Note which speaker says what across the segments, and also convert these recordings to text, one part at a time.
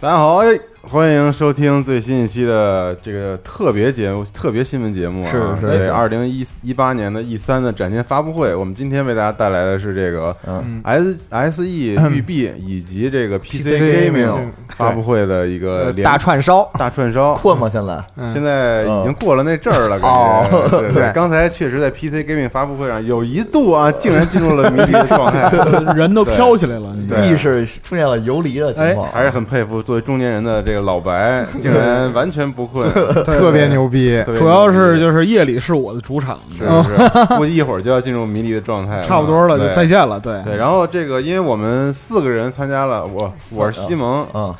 Speaker 1: 大家好，哎欢迎收听最新一期的这个特别节目、特别新闻节目、啊，
Speaker 2: 是是
Speaker 1: 对
Speaker 2: 是
Speaker 1: 二零一一八年的 E 三的展前发布会。我们今天为大家带来的是这个
Speaker 2: 嗯
Speaker 1: S S E 育 碧以及这个 PC Gaming 发布会的一
Speaker 3: 呃
Speaker 1: 个联
Speaker 2: 呃大串烧，
Speaker 1: 大串烧。
Speaker 2: 困吗？现在
Speaker 1: 现在已经过了那阵儿了，感觉。
Speaker 2: 哦
Speaker 1: 对对，
Speaker 2: 对
Speaker 1: 刚才确实在 PC Gaming 发布会上有一度啊，竟然进入了迷离的状态，
Speaker 4: 呃人都飘起来了。你
Speaker 1: 对哎
Speaker 2: 意识出现了游离的情况，
Speaker 1: 还是很佩服作为中年人的这个老白，竟然完全不困。
Speaker 3: 特别牛逼，
Speaker 1: 特别
Speaker 4: 主要是
Speaker 1: 牛
Speaker 4: 就是夜里是我的主场，
Speaker 1: 逼是是 是，估计一会儿就要进入迷离的状态了，
Speaker 4: 差不多了，就再
Speaker 1: 对
Speaker 4: 见了。对，
Speaker 1: 对，然后这个，因为我们四个人参加了，我我是西蒙，
Speaker 2: 嗯，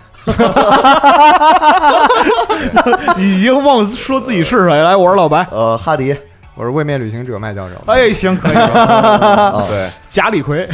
Speaker 4: 已经忘说自己是谁哎来。我是老白，
Speaker 2: 呃，哈迪，
Speaker 3: 我是位面旅行者麦教授。
Speaker 4: 哎，行，可以了。
Speaker 1: 对，
Speaker 4: 贾 李逵，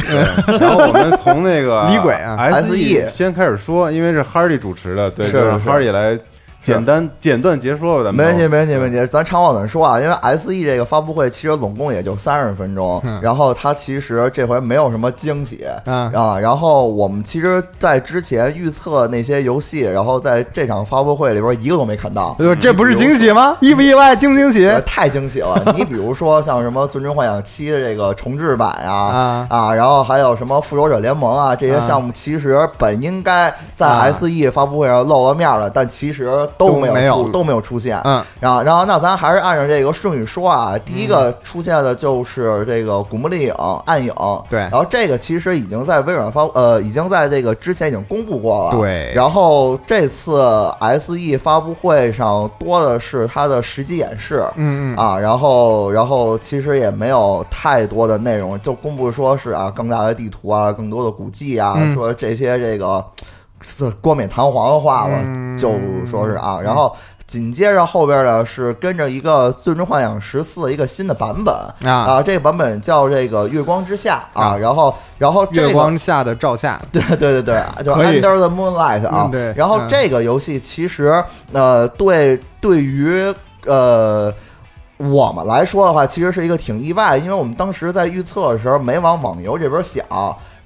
Speaker 1: 然后我们从那个
Speaker 3: 李鬼啊
Speaker 1: SE
Speaker 2: SE
Speaker 1: 先开始说，因为是 Hardy 主持的，对，
Speaker 2: 是
Speaker 1: 就是 Hardy 来简单简短截说吧，咱
Speaker 2: 没
Speaker 1: 们哦
Speaker 2: 问题，没问题，没问题。
Speaker 1: 嗯
Speaker 2: 咱长话短说啊，因为 S E 这个发布会其实总共也就三十分钟，
Speaker 1: 嗯
Speaker 2: 然后它其实这回没有什么惊喜
Speaker 3: 嗯
Speaker 2: 啊。然后我们其实，在之前预测那些游戏，然后在这场发布会里边一个都没看到。
Speaker 3: 这不是惊喜吗？意不意外？惊不惊喜？
Speaker 2: 呃太惊喜了！你比如说像什么《最终幻想七》的这个重置版呀，
Speaker 3: 啊
Speaker 2: 啊然后还有什么《复仇者联盟啊》这些项目，其实本应该在
Speaker 3: 啊
Speaker 2: SE 发布会 E 上露了面了，但其实都
Speaker 3: 都
Speaker 2: 没有
Speaker 3: 没有
Speaker 2: 出都没有出现。
Speaker 3: 嗯，
Speaker 2: 然后，然后，那咱还是按照这个顺序说啊。第一个出现的就是这个《古墓丽影》《暗影》，
Speaker 3: 对
Speaker 2: 然后这个其实已经在微软发呃，已经在这个之前已经公布过了。
Speaker 3: 对
Speaker 2: 然后这次 SE 发布会上多的是它的实际演示，
Speaker 3: 嗯嗯，
Speaker 2: 啊，然后然后其实也没有太多的内容，就公布说是啊更大的地图啊，更多的古迹啊，
Speaker 3: 嗯
Speaker 2: 说这些这个这冠冕堂皇的话了，
Speaker 3: 嗯
Speaker 2: 就说是啊，然后。紧接着后边呢是跟着一个《最终幻想十四》一个新的版本
Speaker 3: 啊
Speaker 2: 这个版本叫这个《月光之下》啊，
Speaker 3: 啊
Speaker 2: 然后然后这个
Speaker 3: 月光下的照下，
Speaker 2: 对对对 对，就
Speaker 4: 可以
Speaker 2: Under the Moonlight 啊。
Speaker 3: 嗯对
Speaker 2: 然后
Speaker 3: 嗯
Speaker 2: 这个游戏其实呃，对对于呃。我们来说的话，其实是一个挺意外，因为我们当时在预测的时候没往网游这边想，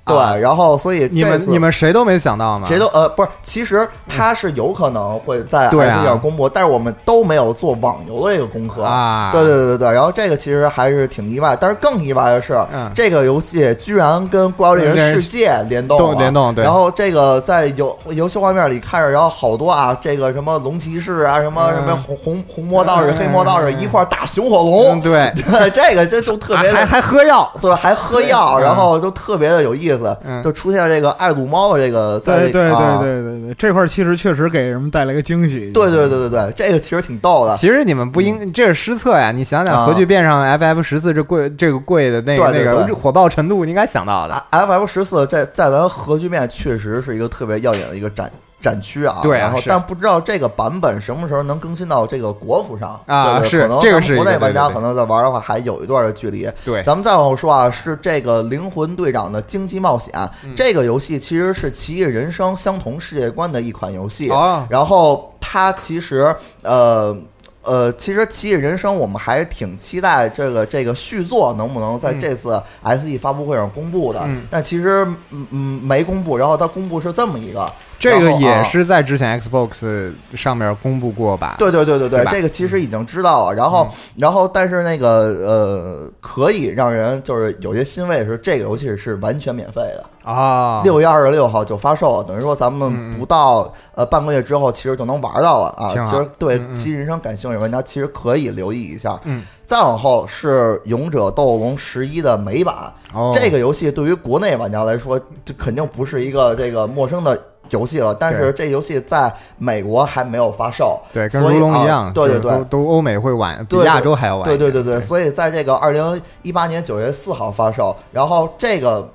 Speaker 2: 对，
Speaker 3: 啊
Speaker 2: 然后所以
Speaker 3: 你
Speaker 2: 这
Speaker 3: 们
Speaker 2: 次
Speaker 3: 你们谁都没想到吗？
Speaker 2: 谁都呃不是，其实它是有可能会在 S
Speaker 3: 对啊
Speaker 2: 上公布，但是我们都没有做网游的一个功课
Speaker 3: 啊
Speaker 2: 对对对对，然后这个其实还是挺意外，但是更意外的是，
Speaker 3: 嗯
Speaker 2: 这个游戏居然跟《怪物猎人世界》联动了
Speaker 3: 动联动对
Speaker 2: 然后这个在游游戏画面里看着，然后好多啊，这个什么龙骑士啊，什么
Speaker 3: 嗯
Speaker 2: 什么红红红魔道士、
Speaker 3: 嗯
Speaker 2: 黑魔道士一块儿打熊火
Speaker 3: 嗯
Speaker 2: 龙，
Speaker 3: 对，
Speaker 2: 对， 这个这就哦特
Speaker 3: 还
Speaker 2: 别的
Speaker 3: 还还喝药，
Speaker 2: 对，还喝药，
Speaker 3: 嗯
Speaker 2: 然后就特别的有意思，
Speaker 3: 嗯
Speaker 2: 就出现这个爱撸猫的这个在这
Speaker 4: 对对对
Speaker 2: 啊
Speaker 4: 对对对，这块儿其实确实给人们带来个惊喜。
Speaker 2: 对对对对对，这个其实挺逗的。
Speaker 3: 其实你们不应，这是失策呀！你想想，
Speaker 2: 啊
Speaker 3: 核聚变上 FF 十四这贵这个贵的那个
Speaker 2: 对
Speaker 3: 那
Speaker 2: 对
Speaker 3: 个
Speaker 2: 对啊
Speaker 3: 火爆程度，你应该想到的。
Speaker 2: F F 十四在在咱核聚变确实是一个特别耀眼的一个展展区啊，
Speaker 3: 对啊
Speaker 2: 然后
Speaker 3: 是
Speaker 2: 但不知道这个版本什么时候能更新到这个国服上
Speaker 3: 啊
Speaker 2: 对对
Speaker 3: 是
Speaker 2: 可能
Speaker 3: 这个
Speaker 2: 咱们
Speaker 3: 是一
Speaker 2: 国
Speaker 3: 个
Speaker 2: 内
Speaker 3: 对
Speaker 2: 玩
Speaker 3: 对
Speaker 2: 家
Speaker 3: 对
Speaker 2: 可能在玩的话还有一段的距离，
Speaker 3: 对，
Speaker 2: 咱们再往后说啊，是这个《灵魂队长的惊奇冒险》
Speaker 3: 嗯
Speaker 2: 这个游戏，其实是《奇异人生》相同世界观的一款游戏。
Speaker 3: 哦
Speaker 2: 然后它其实呃。呃，其实《奇异人生》我们还挺期待这个这个续作能不能在这次 SE 发布会上公布的，
Speaker 3: 嗯
Speaker 2: 但其实嗯嗯没公布。然后它公布是这么一个，
Speaker 3: 这个
Speaker 2: 然后
Speaker 3: 也
Speaker 2: 啊
Speaker 3: 是在之前 Xbox 上面公布过吧？
Speaker 2: 对对对对
Speaker 3: 对
Speaker 2: 对，
Speaker 3: 吧嗯
Speaker 2: 这个其实已经知道了。然后，然后，但是那个呃，可以让人就是有些欣慰的是，这个游戏是完全免费的，
Speaker 3: 啊，
Speaker 2: 六月二十六号就发售了，等于说咱
Speaker 3: 嗯
Speaker 2: 们
Speaker 3: 嗯
Speaker 2: 不到呃半个月之后，其实就能玩到了啊。
Speaker 3: 挺好
Speaker 2: 其实对
Speaker 3: 嗯嗯
Speaker 2: 《七人生》感兴趣的玩家，其实可以留意一下。
Speaker 3: 嗯，
Speaker 2: 再往后是《勇者斗恶龙十一》的美版，
Speaker 3: 哦
Speaker 2: 这个游戏对于国内玩家来说，这肯定不是一个这个陌生的游戏了，但是这游戏在美国还没有发售，
Speaker 3: 对，跟
Speaker 2: 所以
Speaker 3: 如龙一
Speaker 2: 啊
Speaker 3: 样，
Speaker 2: 对
Speaker 3: 就
Speaker 2: 对
Speaker 3: 是都
Speaker 2: 对。
Speaker 3: 都欧美会晚，比
Speaker 2: 对对
Speaker 3: 亚洲还要晚一
Speaker 2: 对
Speaker 3: 点。
Speaker 2: 对对对，所以在这个二零一八年九月四号发售，然后这个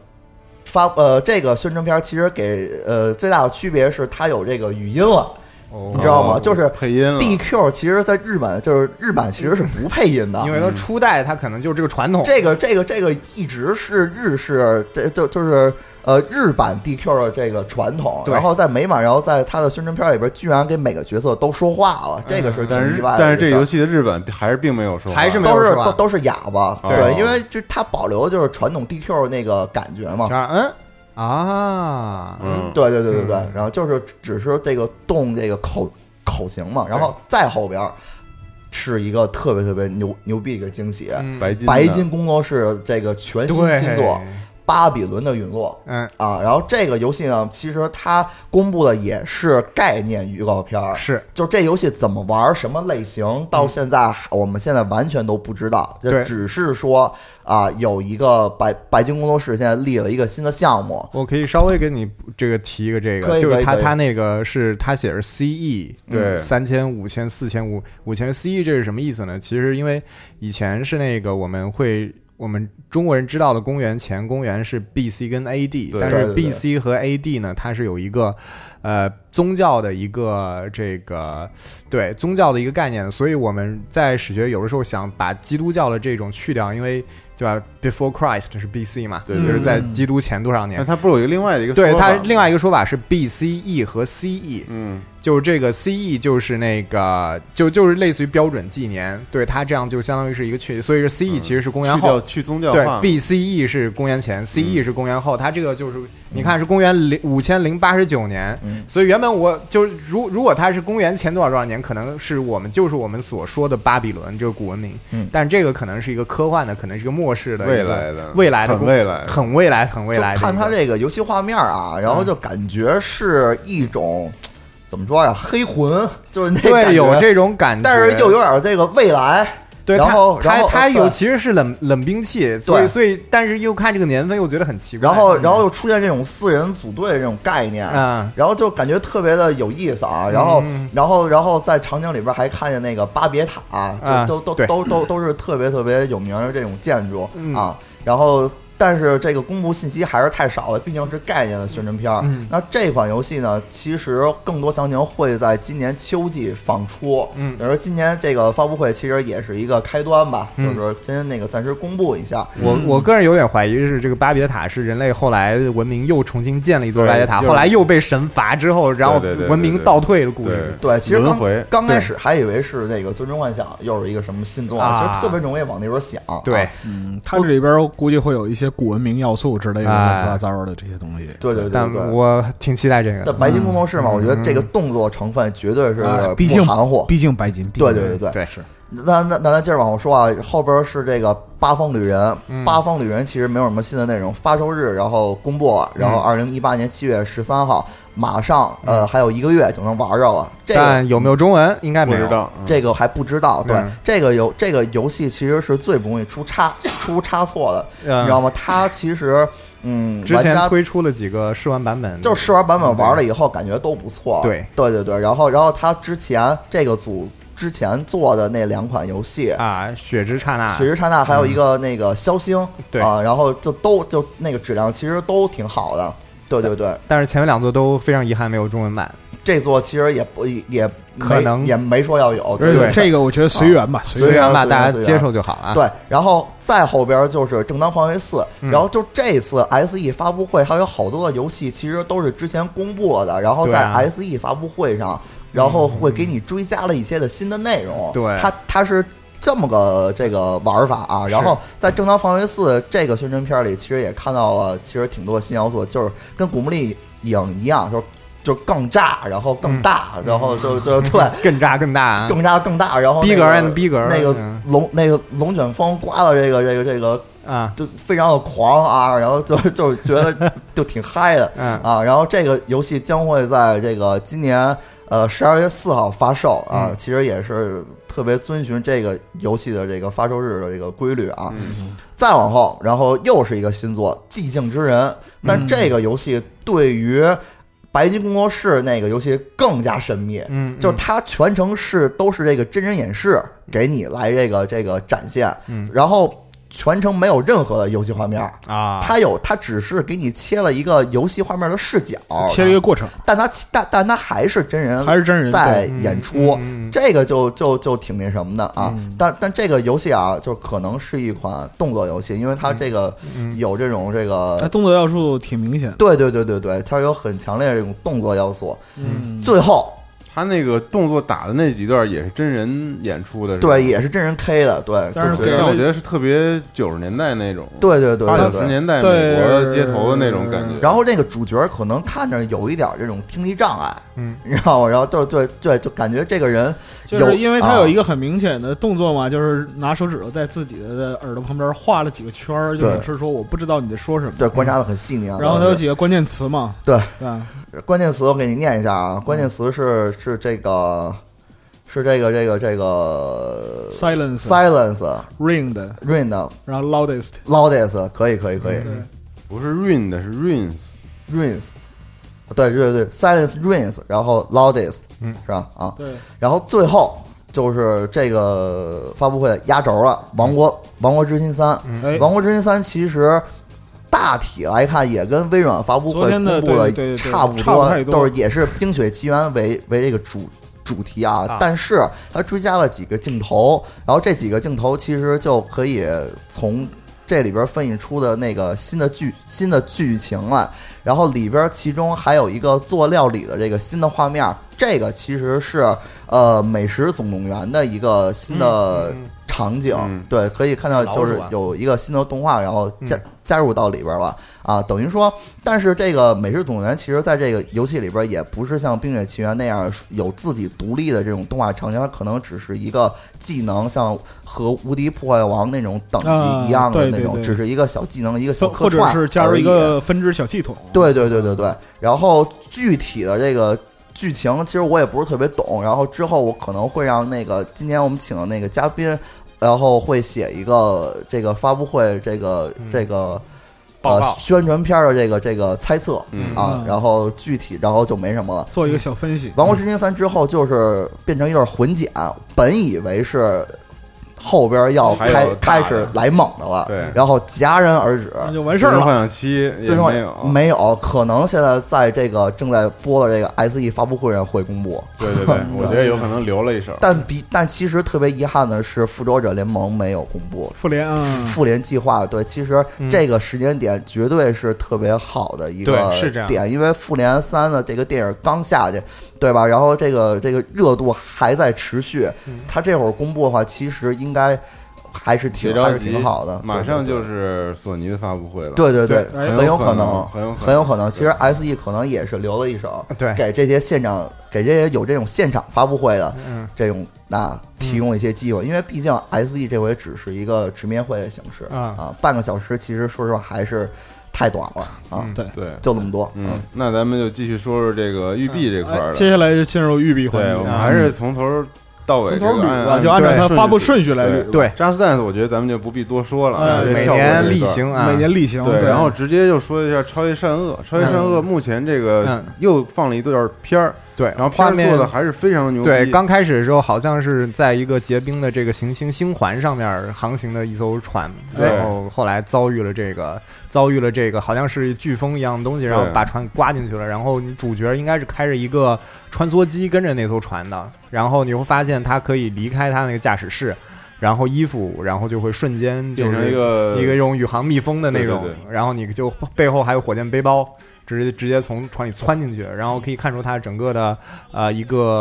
Speaker 2: 发呃这个宣传片其实给呃最大的区别是它有这个语音了，你知道吗？
Speaker 1: 哦
Speaker 2: 就是
Speaker 1: 配音了
Speaker 2: DQ 其实在日本就是日版其实是不配音的，
Speaker 1: 嗯
Speaker 3: 因为它初代它可能就是这个传统，
Speaker 2: 这个这个这个一直是日式，这就就是呃日版 DQ 的这个传统，
Speaker 3: 对
Speaker 2: 然后在美版，然后在它的宣传片里边，居然给每个角色都说话了，这个是挺
Speaker 1: 嗯但
Speaker 2: 意
Speaker 1: 是
Speaker 2: 外的
Speaker 1: 但是这
Speaker 2: 一个
Speaker 1: 游
Speaker 2: 事
Speaker 1: 戏的日本还是并没有说话，
Speaker 3: 还是
Speaker 2: 儿
Speaker 3: 没
Speaker 2: 都
Speaker 3: 有
Speaker 2: 是
Speaker 3: 说话
Speaker 2: 都都是哑巴，
Speaker 1: 哦
Speaker 2: 对，因为就它保留就是传统 DQ 那个感觉嘛
Speaker 3: 就。是嗯啊，
Speaker 1: 嗯，
Speaker 2: 对对对对对
Speaker 3: 嗯，
Speaker 2: 然后就是只是这个动这个口口型嘛，然后再后边儿是一个特别特别牛牛逼的一个惊喜，
Speaker 3: 嗯
Speaker 1: 白金的
Speaker 2: 白金工作室这个全新
Speaker 3: 对
Speaker 2: 新作《巴比伦的陨落》。
Speaker 3: 嗯
Speaker 2: 啊，然后这个游戏呢，其实它公布的也是概念预告片儿，
Speaker 3: 是
Speaker 2: 就这游戏怎么玩儿、什么类型，到现在、我们现在完全都不知道，这
Speaker 3: 对
Speaker 2: 只是说啊，有一个白白金工作室现在立了一个新的项目，
Speaker 3: 我可以稍微给你这个提一个这
Speaker 2: 可
Speaker 3: 个，
Speaker 2: 以
Speaker 3: 就是
Speaker 2: 可以
Speaker 3: 他
Speaker 2: 可以
Speaker 3: 他那个是他写着 CE，
Speaker 1: 对
Speaker 3: 三千、五千、四千、五五千 CE 这是什么意思呢？其实因为以前是那个我们会。我们中国人知道的公元前公元是 B C 跟 A D，
Speaker 1: 对
Speaker 3: 但
Speaker 2: 对
Speaker 3: 是
Speaker 2: 对
Speaker 3: B
Speaker 2: 对
Speaker 3: C 和 A D 呢，它是有一个呃宗教的一个这个对宗教的一个概念，所以我们在史学有的时候想把基督教的这种去掉，因为对吧？Before Christ 是 B C 嘛，
Speaker 1: 对
Speaker 3: 就是
Speaker 1: 对
Speaker 3: 在
Speaker 2: 嗯
Speaker 3: 基督前多少年
Speaker 1: 那？它不是有一个另外的一个
Speaker 3: 对，
Speaker 1: 说
Speaker 3: 它
Speaker 1: 法
Speaker 3: 另外一个说法是 B C E 和 C E，
Speaker 1: 嗯
Speaker 3: 就是这个 C E 就是那个就就是类似于标准纪年，对它这样就相当于是一个去，所以是 C E
Speaker 1: 嗯
Speaker 3: 其实是公元
Speaker 1: 去
Speaker 3: 后
Speaker 1: 掉，去宗教化
Speaker 3: 对 B C E 是公元前，C E
Speaker 1: 嗯
Speaker 3: 是公元后，它这个就是你看是公元零五千零八十九年。
Speaker 2: 嗯，
Speaker 3: 所以原本我就是，如如果它是公元前多少多少年，可能是我们就是我们所说的巴比伦这个古文明，
Speaker 2: 嗯
Speaker 3: 但这个可能是一个科幻的，可能是一个末世的一个
Speaker 1: 未来的
Speaker 3: 未来的
Speaker 1: 很
Speaker 3: 公
Speaker 1: 未来的
Speaker 3: 很未来很未
Speaker 2: 就
Speaker 3: 来的一个。
Speaker 2: 看它这个游戏画面啊，然后就感觉是一种怎么说呀，黑魂，就是 那感觉
Speaker 3: 对，有，这种感觉，
Speaker 2: 但是又有点这个未来，
Speaker 3: 对，
Speaker 2: 然
Speaker 3: 它
Speaker 2: 后然
Speaker 3: 它
Speaker 2: 后
Speaker 3: 它
Speaker 2: 对
Speaker 3: 有其实是冷冷兵器，所
Speaker 2: 对
Speaker 3: 以所以但是又看这个年份又觉得很奇怪，
Speaker 2: 然后然后又出现这种四人组队这种概念，啊
Speaker 3: 嗯
Speaker 2: 然后就感觉特别的有意思啊。然后，
Speaker 3: 嗯
Speaker 2: 然后，然后在场景里边还看见那个巴别塔，就
Speaker 3: 啊
Speaker 2: 都都
Speaker 3: 对
Speaker 2: 都都都是特别特别有名的这种建筑
Speaker 3: 嗯
Speaker 2: 啊。然后，但是这个公布信息还是太少了，毕竟是概念的宣传片儿
Speaker 3: 嗯。
Speaker 2: 那这款游戏呢，其实更多详情会在今年秋季放出。
Speaker 3: 嗯
Speaker 2: 比如说今年这个发布会其实也是一个开端吧，就
Speaker 3: 嗯
Speaker 2: 是今天那个暂时公布一下。
Speaker 3: 我我个人有点怀疑是这个巴别塔是人类后来文明又重新建立一座巴别塔，
Speaker 1: 对
Speaker 3: 后来又被神罚之后，然后
Speaker 1: 对对对
Speaker 3: 文明倒退的故
Speaker 1: 对
Speaker 3: 事。
Speaker 2: 对，其实
Speaker 1: 轮
Speaker 2: 刚
Speaker 1: 回
Speaker 2: 刚开始还以为是那个《最终幻想》，又是一个什么新作，
Speaker 3: 啊
Speaker 2: 其实特别容易往那边想。
Speaker 3: 对
Speaker 2: 啊，
Speaker 4: 嗯，它这里边估计会有一些古文明要素之类的乱七八糟的这些东西。
Speaker 2: 哎对对对
Speaker 3: 但
Speaker 2: 对对。
Speaker 3: 我挺期待这个
Speaker 2: 但
Speaker 3: 的。
Speaker 2: 白金工作室嘛，我觉得这个动作成分绝对是
Speaker 4: 啊，毕
Speaker 2: 不
Speaker 4: 竟
Speaker 2: 含糊。
Speaker 4: 毕竟白金，毕竟
Speaker 2: 对对对对
Speaker 3: 对
Speaker 4: 是
Speaker 2: 那那那咱接着往后说啊，后边是这个《八方旅人》，
Speaker 3: 嗯
Speaker 2: 八方旅人》其实没有什么新的内容，发售日然后公布了，然后二零一八年七月十三号，马上呃还有一个月就能玩着了。这个
Speaker 3: 但有没有中文？应该
Speaker 1: 不
Speaker 3: 没
Speaker 1: 知
Speaker 3: 有。
Speaker 1: 道嗯
Speaker 2: 这个还不知道，对
Speaker 3: 嗯
Speaker 2: 这个游这个游戏其实是最不容易出差出差错的，
Speaker 3: 嗯
Speaker 2: 你知道吗？它其实嗯，
Speaker 3: 之
Speaker 2: 玩
Speaker 3: 前
Speaker 2: 家
Speaker 3: 推出了几个试玩版本，
Speaker 2: 就是试玩版本玩了以后，感觉都不错。
Speaker 3: 对
Speaker 2: 对对对，然后然后他之前这个组之前做的那两款游戏。
Speaker 3: 啊，血之刹那
Speaker 2: 《雪之刹那》还有一个那个《枭星》
Speaker 3: 对
Speaker 2: 啊，然后就都就那个质量其实都挺好的，对对对，
Speaker 3: 但是前面两座都非常遗憾没有中文版。
Speaker 2: 这座其实也不也没
Speaker 3: 可能
Speaker 2: 也没说要有，
Speaker 3: 对对
Speaker 4: 这个我觉得随缘吧，
Speaker 2: 啊
Speaker 4: 随
Speaker 2: 随
Speaker 4: 缘。
Speaker 2: 缘
Speaker 3: 吧，
Speaker 2: 随缘
Speaker 3: 大家
Speaker 2: 随缘
Speaker 3: 接受就好啊。
Speaker 2: 对，然后再后边就是正当防卫四，
Speaker 3: 嗯
Speaker 2: 然后就这次 S E 发布会还有好多的游戏其实都是之前公布了的，然后
Speaker 3: 对
Speaker 2: 在
Speaker 3: 啊
Speaker 2: S E 发布会上，然后会给你追加了一些的新的内容。
Speaker 3: 对
Speaker 2: 它它是。这么个这个玩法啊，然后在《正当防卫四》这个宣传片里，其实也看到了，其实挺多新要素，就是跟《古墓丽影》一样，就是就是更炸，然后更大，
Speaker 3: 嗯
Speaker 2: 然后就就对，
Speaker 3: 更炸更大啊！
Speaker 2: 更加更大，然后那个
Speaker 3: Bigger and bigger，
Speaker 2: 那个
Speaker 3: 嗯
Speaker 2: 龙那个龙卷风刮到这个这个这个
Speaker 3: 啊，
Speaker 2: 就非常的狂啊，然后就就觉得就挺嗨的
Speaker 3: 嗯
Speaker 2: 啊，然后这个游戏将会在这个今年呃十二月四号发售啊，其实也是特别遵循这个游戏的这个发售日的这个规律啊。再往后，然后又是一个新作《寂静之人》，但这个游戏对于。白金工作室那个游戏更加神秘，
Speaker 3: 嗯，
Speaker 2: 就是它全程是都是这个真人演示给你来这个这个展现，
Speaker 3: 嗯
Speaker 2: 然后全程没有任何的游戏画面，
Speaker 3: 啊，
Speaker 2: 它有它只是给你切了一个游戏画面的视角，
Speaker 4: 切了一个过程，
Speaker 2: 但它但但它还是真人
Speaker 4: 还是真人
Speaker 2: 在
Speaker 4: 对
Speaker 2: 演出，
Speaker 3: 嗯嗯嗯
Speaker 2: 这个就就就挺那什么的啊。
Speaker 4: 嗯
Speaker 2: 但但这个游戏啊，就可能是一款动作游戏，因为它这个
Speaker 3: 嗯
Speaker 2: 有这种这个。
Speaker 4: 它动作要素挺明显的。
Speaker 2: 对对对对对，它有很强烈的这种动作要素。
Speaker 4: 嗯，
Speaker 2: 最后，
Speaker 1: 他那个动作打的那几段也是真人演出的，是吧
Speaker 2: 对，也是真人 K 的，对，
Speaker 4: 但是
Speaker 2: 就
Speaker 1: 对
Speaker 2: 觉得
Speaker 1: 但我觉得是特别九十年代那种，
Speaker 2: 对对对
Speaker 1: 八
Speaker 2: 对
Speaker 1: 九十
Speaker 2: 对。
Speaker 1: 年代
Speaker 4: 对
Speaker 1: 美国街头的那种感觉。
Speaker 2: 然后这个主角可能看着有一点这种听力障碍，
Speaker 3: 嗯，
Speaker 2: 你知道吗？然后就对对，就感觉这个人
Speaker 4: 就
Speaker 2: 有啊
Speaker 4: 是因为它有一
Speaker 2: 个
Speaker 4: 个很明显的动作嘛，就是拿手指头在自己的耳朵旁边画了几个圈儿，就
Speaker 2: 对
Speaker 4: 表示说我不知道你在说什么。
Speaker 2: 对观察的很细腻啊。
Speaker 4: 然后它有几个关键词嘛，
Speaker 2: 对
Speaker 4: 对吧，
Speaker 2: 关键词我给你念一下啊，关键词是是这个是这个这个这个
Speaker 4: silence、
Speaker 2: silence
Speaker 4: ringed，
Speaker 2: rain
Speaker 4: 然后 loudest，
Speaker 2: loudest 可以可以可以
Speaker 4: 对，
Speaker 1: 不是 Rain 的，是 Rains。
Speaker 2: rains 对对对 silence rains，然后 loudest
Speaker 3: 嗯
Speaker 2: 是吧啊，
Speaker 4: 对，
Speaker 2: 然后最后就是这个发布会的压轴了，《王国王国之心三》
Speaker 4: 哎，
Speaker 2: 王国之心三》其实大体来看也跟微软发布
Speaker 4: 昨
Speaker 2: 会
Speaker 4: 天的
Speaker 2: 公布
Speaker 4: 对对对对
Speaker 2: 差不
Speaker 4: 差不太
Speaker 2: 多，
Speaker 4: 多
Speaker 2: 都是也是《冰雪奇缘》为为这个主。主题啊
Speaker 3: 啊，
Speaker 2: 但是它追加了几个镜头，然后这几个镜头其实就可以从这里边分析出的那个新的剧新的剧情来，然后里边其中还有一个做料理的这个新的画面，这个其实是呃《美食总动员》的一个新的
Speaker 3: 嗯嗯嗯
Speaker 2: 场景，
Speaker 1: 嗯
Speaker 2: 对，可以看到就
Speaker 3: 老
Speaker 2: 是
Speaker 3: 鼠啊
Speaker 2: 有一个新的动画，然后加、
Speaker 3: 嗯
Speaker 2: 加入到里边了啊，等于说，但是这个《美食总动员》其实在这个游戏里边也不是像《冰雪奇缘》那样有自己独立的这种动画场景，它可能只是一个技能，像和《无敌破坏王》那种等级一样
Speaker 4: 啊
Speaker 2: 的
Speaker 4: 对
Speaker 2: 那
Speaker 4: 对
Speaker 2: 种，
Speaker 4: 对
Speaker 2: 只是一个小技能，一个小客
Speaker 4: 或者
Speaker 2: 串，
Speaker 4: 是加入一。个分支小系统。
Speaker 2: 对对对对对，然后具体的这个剧情，其实我也不是特别懂。然后之后我可能会让那个今天我们请的那个嘉宾，然后会写一个这个发布会这个
Speaker 3: 嗯
Speaker 2: 这个、
Speaker 5: 报
Speaker 2: 呃
Speaker 5: 告
Speaker 2: 宣传片的这个这个猜测
Speaker 1: 嗯
Speaker 2: 啊
Speaker 4: 嗯，
Speaker 2: 然后具体然后就没什么了。
Speaker 4: 做一个小分析，
Speaker 2: 《
Speaker 1: 嗯
Speaker 2: 王国之心三》之后就是变成一段混剪，本以为是后边要
Speaker 1: 还有
Speaker 2: 开
Speaker 1: 大
Speaker 2: 开
Speaker 1: 的
Speaker 2: 始来猛的了，
Speaker 1: 对
Speaker 2: 然后戛然而止。
Speaker 4: 那就完
Speaker 1: 《
Speaker 4: 事儿了。
Speaker 1: 幻想七》也
Speaker 2: 最终
Speaker 1: 没有，
Speaker 2: 没有，可能现在在这个正在播的这个 SE 发布会上会公布，
Speaker 1: 对 对对，我觉得有可能留了一手。
Speaker 2: 嗯但比但其实特别遗憾的是，复仇者联盟没有公布。
Speaker 4: 复联
Speaker 3: 嗯
Speaker 4: 啊，
Speaker 2: 复联计划对，其实这个时间点绝对是特别好的一个
Speaker 3: 对是这样
Speaker 2: 点，因为复联三的这个电影刚下去，对吧？然后这个这个热度还在持续，
Speaker 3: 嗯
Speaker 2: 它这会儿公布的话，其实应该还是
Speaker 1: 别
Speaker 2: 挺还
Speaker 1: 着
Speaker 2: 是
Speaker 1: 急，
Speaker 2: 挺好的，
Speaker 1: 马上
Speaker 2: 对对对
Speaker 1: 就是索尼的发布会了。
Speaker 2: 对对对，
Speaker 4: 哎
Speaker 2: 很有
Speaker 1: 可
Speaker 2: 能，
Speaker 1: 很有
Speaker 2: 很有可能。
Speaker 1: 能。
Speaker 2: 其实 S E 可能也是留了一手，
Speaker 3: 对
Speaker 2: 给这些现场给这些有这种现场发布会的
Speaker 3: 嗯
Speaker 2: 这种那提供一些机会，因为毕竟 S E 这回只是一个直面会的形式
Speaker 3: 啊
Speaker 2: 半个小时其实说实话还是太短了啊，
Speaker 3: 嗯
Speaker 1: 对，
Speaker 2: 就这么多，啊
Speaker 1: 嗯，那咱们就继续说说这个育碧这块
Speaker 4: 哎
Speaker 1: 儿了。
Speaker 4: 接下来就进入育碧环
Speaker 1: 对，我
Speaker 4: 节
Speaker 1: 们
Speaker 4: 啊，
Speaker 1: 还是从头到尾
Speaker 4: 从
Speaker 1: 这
Speaker 4: 头捋
Speaker 1: 个按，
Speaker 4: 吧，就按照它发布顺序来
Speaker 1: 对
Speaker 4: 捋。
Speaker 3: 对
Speaker 1: 扎斯 dance，我觉得咱们就不必多说了，
Speaker 4: 哎
Speaker 1: 啊
Speaker 3: 每
Speaker 1: 跳过
Speaker 3: 年
Speaker 1: 这一
Speaker 3: 例
Speaker 1: 段
Speaker 3: 行啊，
Speaker 4: 每年例行，
Speaker 1: 对，然后直接就说一下《超越善恶》。《超越善恶》目前这个
Speaker 3: 嗯
Speaker 1: 又放了一段片儿，
Speaker 3: 对，
Speaker 1: 然后片
Speaker 3: 画
Speaker 1: 儿
Speaker 3: 面
Speaker 1: 做的还是非常牛逼。
Speaker 3: 对，刚开始的时候好像是在一个结冰的这个行星星环上面航行的一艘船，
Speaker 1: 对
Speaker 3: 然后后来遭遇了这个遭遇了这个好像是飓风一样的东西，然后
Speaker 1: 对
Speaker 3: 把船刮进去了。然后你主角应该是开着一个穿梭机跟着那艘船的，然后你会发现他可以离开他那个驾驶室，然后衣服，然后就会瞬间就
Speaker 1: 变成
Speaker 3: 是
Speaker 1: 一个
Speaker 3: 一个用宇航密封的那种，
Speaker 1: 对对
Speaker 3: 然后你就背后还有火箭背包，直接直接从船里窜进去，然后可以看出它整个的呃一个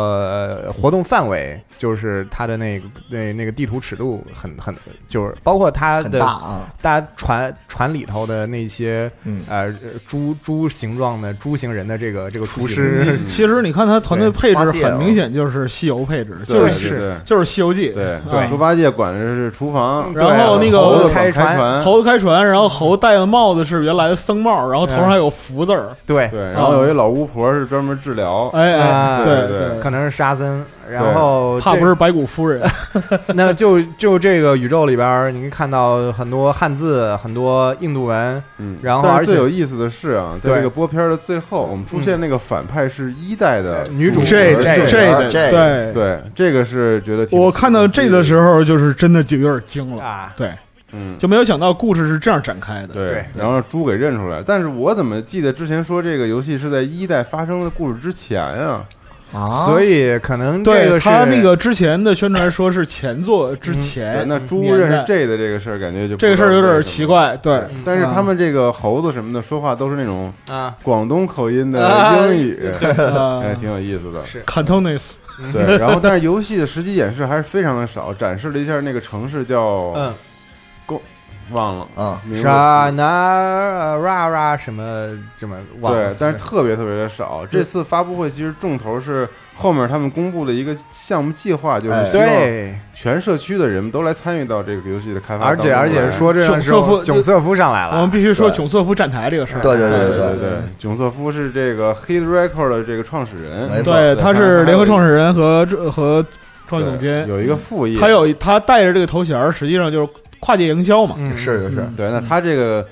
Speaker 3: 呃活动范围，就是它的那个那那个地图尺度很很，就是包括它
Speaker 2: 很
Speaker 3: 的
Speaker 2: 大啊，
Speaker 3: 大家船船里头的那些
Speaker 2: 嗯，
Speaker 3: 呃猪猪形状的猪形人的这个这个厨 师，
Speaker 4: 嗯其实你看它团队配置
Speaker 2: 对
Speaker 4: 很明显就是西游配置，
Speaker 1: 对
Speaker 4: 就
Speaker 1: 对
Speaker 4: 是
Speaker 1: 对
Speaker 4: 就是西游记，
Speaker 1: 对
Speaker 4: 对
Speaker 1: 猪八戒管的是厨房，
Speaker 3: 对
Speaker 4: 然后那个
Speaker 1: 猴子管
Speaker 3: 开
Speaker 1: 开
Speaker 3: 船
Speaker 1: 船，
Speaker 4: 猴子开船，然后猴戴的帽子是原来的僧帽，然后头上还有福字儿，儿，
Speaker 3: 对，
Speaker 1: 对，然后有一老巫婆是专门治疗，
Speaker 4: 哎
Speaker 3: 啊
Speaker 4: 哎，对
Speaker 1: 嗯对
Speaker 4: 对，
Speaker 3: 可能是沙僧，然后
Speaker 4: 怕
Speaker 3: 这
Speaker 4: 不是白骨 夫人，
Speaker 3: 那就就这个宇宙里边儿，你可以看到很多汉字，很多印度文，
Speaker 1: 嗯，
Speaker 3: 然后
Speaker 1: 但
Speaker 3: 而
Speaker 1: 是
Speaker 3: 且
Speaker 1: 最有意思的是啊，在
Speaker 3: 对嗯
Speaker 1: 这个播片儿的最后，我们出现那个反派是一代的
Speaker 3: 呃女主
Speaker 1: 角
Speaker 3: 这
Speaker 1: 这
Speaker 3: 这
Speaker 1: 个
Speaker 2: 这
Speaker 4: 对，
Speaker 1: 对，这个是觉得挺
Speaker 4: 我看到这个时候就是真的就有点惊了，
Speaker 3: 啊，
Speaker 4: 对，
Speaker 1: 嗯，
Speaker 4: 就没有想到故事是这样展开的，
Speaker 1: 对
Speaker 3: 对，
Speaker 1: 然后让猪给认出来。但是我怎么记得之前说这个游戏是在一代发生的故事之前啊？
Speaker 2: 啊，
Speaker 3: 所以可能这
Speaker 4: 对
Speaker 3: 个是
Speaker 4: 他那个之前的宣传说是前作之
Speaker 1: 对，
Speaker 4: 前，
Speaker 1: 那猪
Speaker 4: 哎嗯年代
Speaker 1: 认识这的这个事儿，感觉就
Speaker 4: 这个事儿有点奇。怪，对，
Speaker 1: 但是他们这个猴子什么的说话都是那种
Speaker 3: 啊，
Speaker 1: 广东口音的
Speaker 3: 啊
Speaker 1: 英语， 哎，
Speaker 4: 呃
Speaker 1: 挺有意思 的。
Speaker 3: 是
Speaker 4: Cantonese，
Speaker 1: 对，然后但是游戏的实际演示还是非常的少，展示了一下那个城市叫
Speaker 3: 嗯，
Speaker 1: 忘了，
Speaker 2: 嗯，
Speaker 1: 名字
Speaker 3: 啥那ra ra 什么什么忘了
Speaker 1: 对，但是特别特别的少。这次发布会其实重头是后面他们公布了一个项目计划，就是
Speaker 2: 哎
Speaker 1: 希望
Speaker 3: 对，
Speaker 1: 全社区的人都来参与到这个游戏的开发
Speaker 3: 而
Speaker 1: 当中
Speaker 3: 且
Speaker 1: 来。
Speaker 3: 而且说这个时候
Speaker 4: 囧瑟夫
Speaker 3: 囧瑟夫上来
Speaker 4: 我们
Speaker 3: 了，
Speaker 4: 必须说
Speaker 2: 对
Speaker 4: 囧瑟夫站台这个事儿，
Speaker 2: 对对
Speaker 1: 对
Speaker 2: 对
Speaker 1: 对
Speaker 2: 对
Speaker 1: 对，囧瑟夫是这个 Hit Record 的这个创始人，
Speaker 2: 没错
Speaker 4: 对，他是联合创
Speaker 1: 始
Speaker 4: 始人和和创意总监，
Speaker 1: 有一个副业，
Speaker 4: 他有他带着这个头衔儿，实际上就是跨界营销嘛。
Speaker 3: 嗯，
Speaker 2: 是是是，
Speaker 1: 对，那他这个。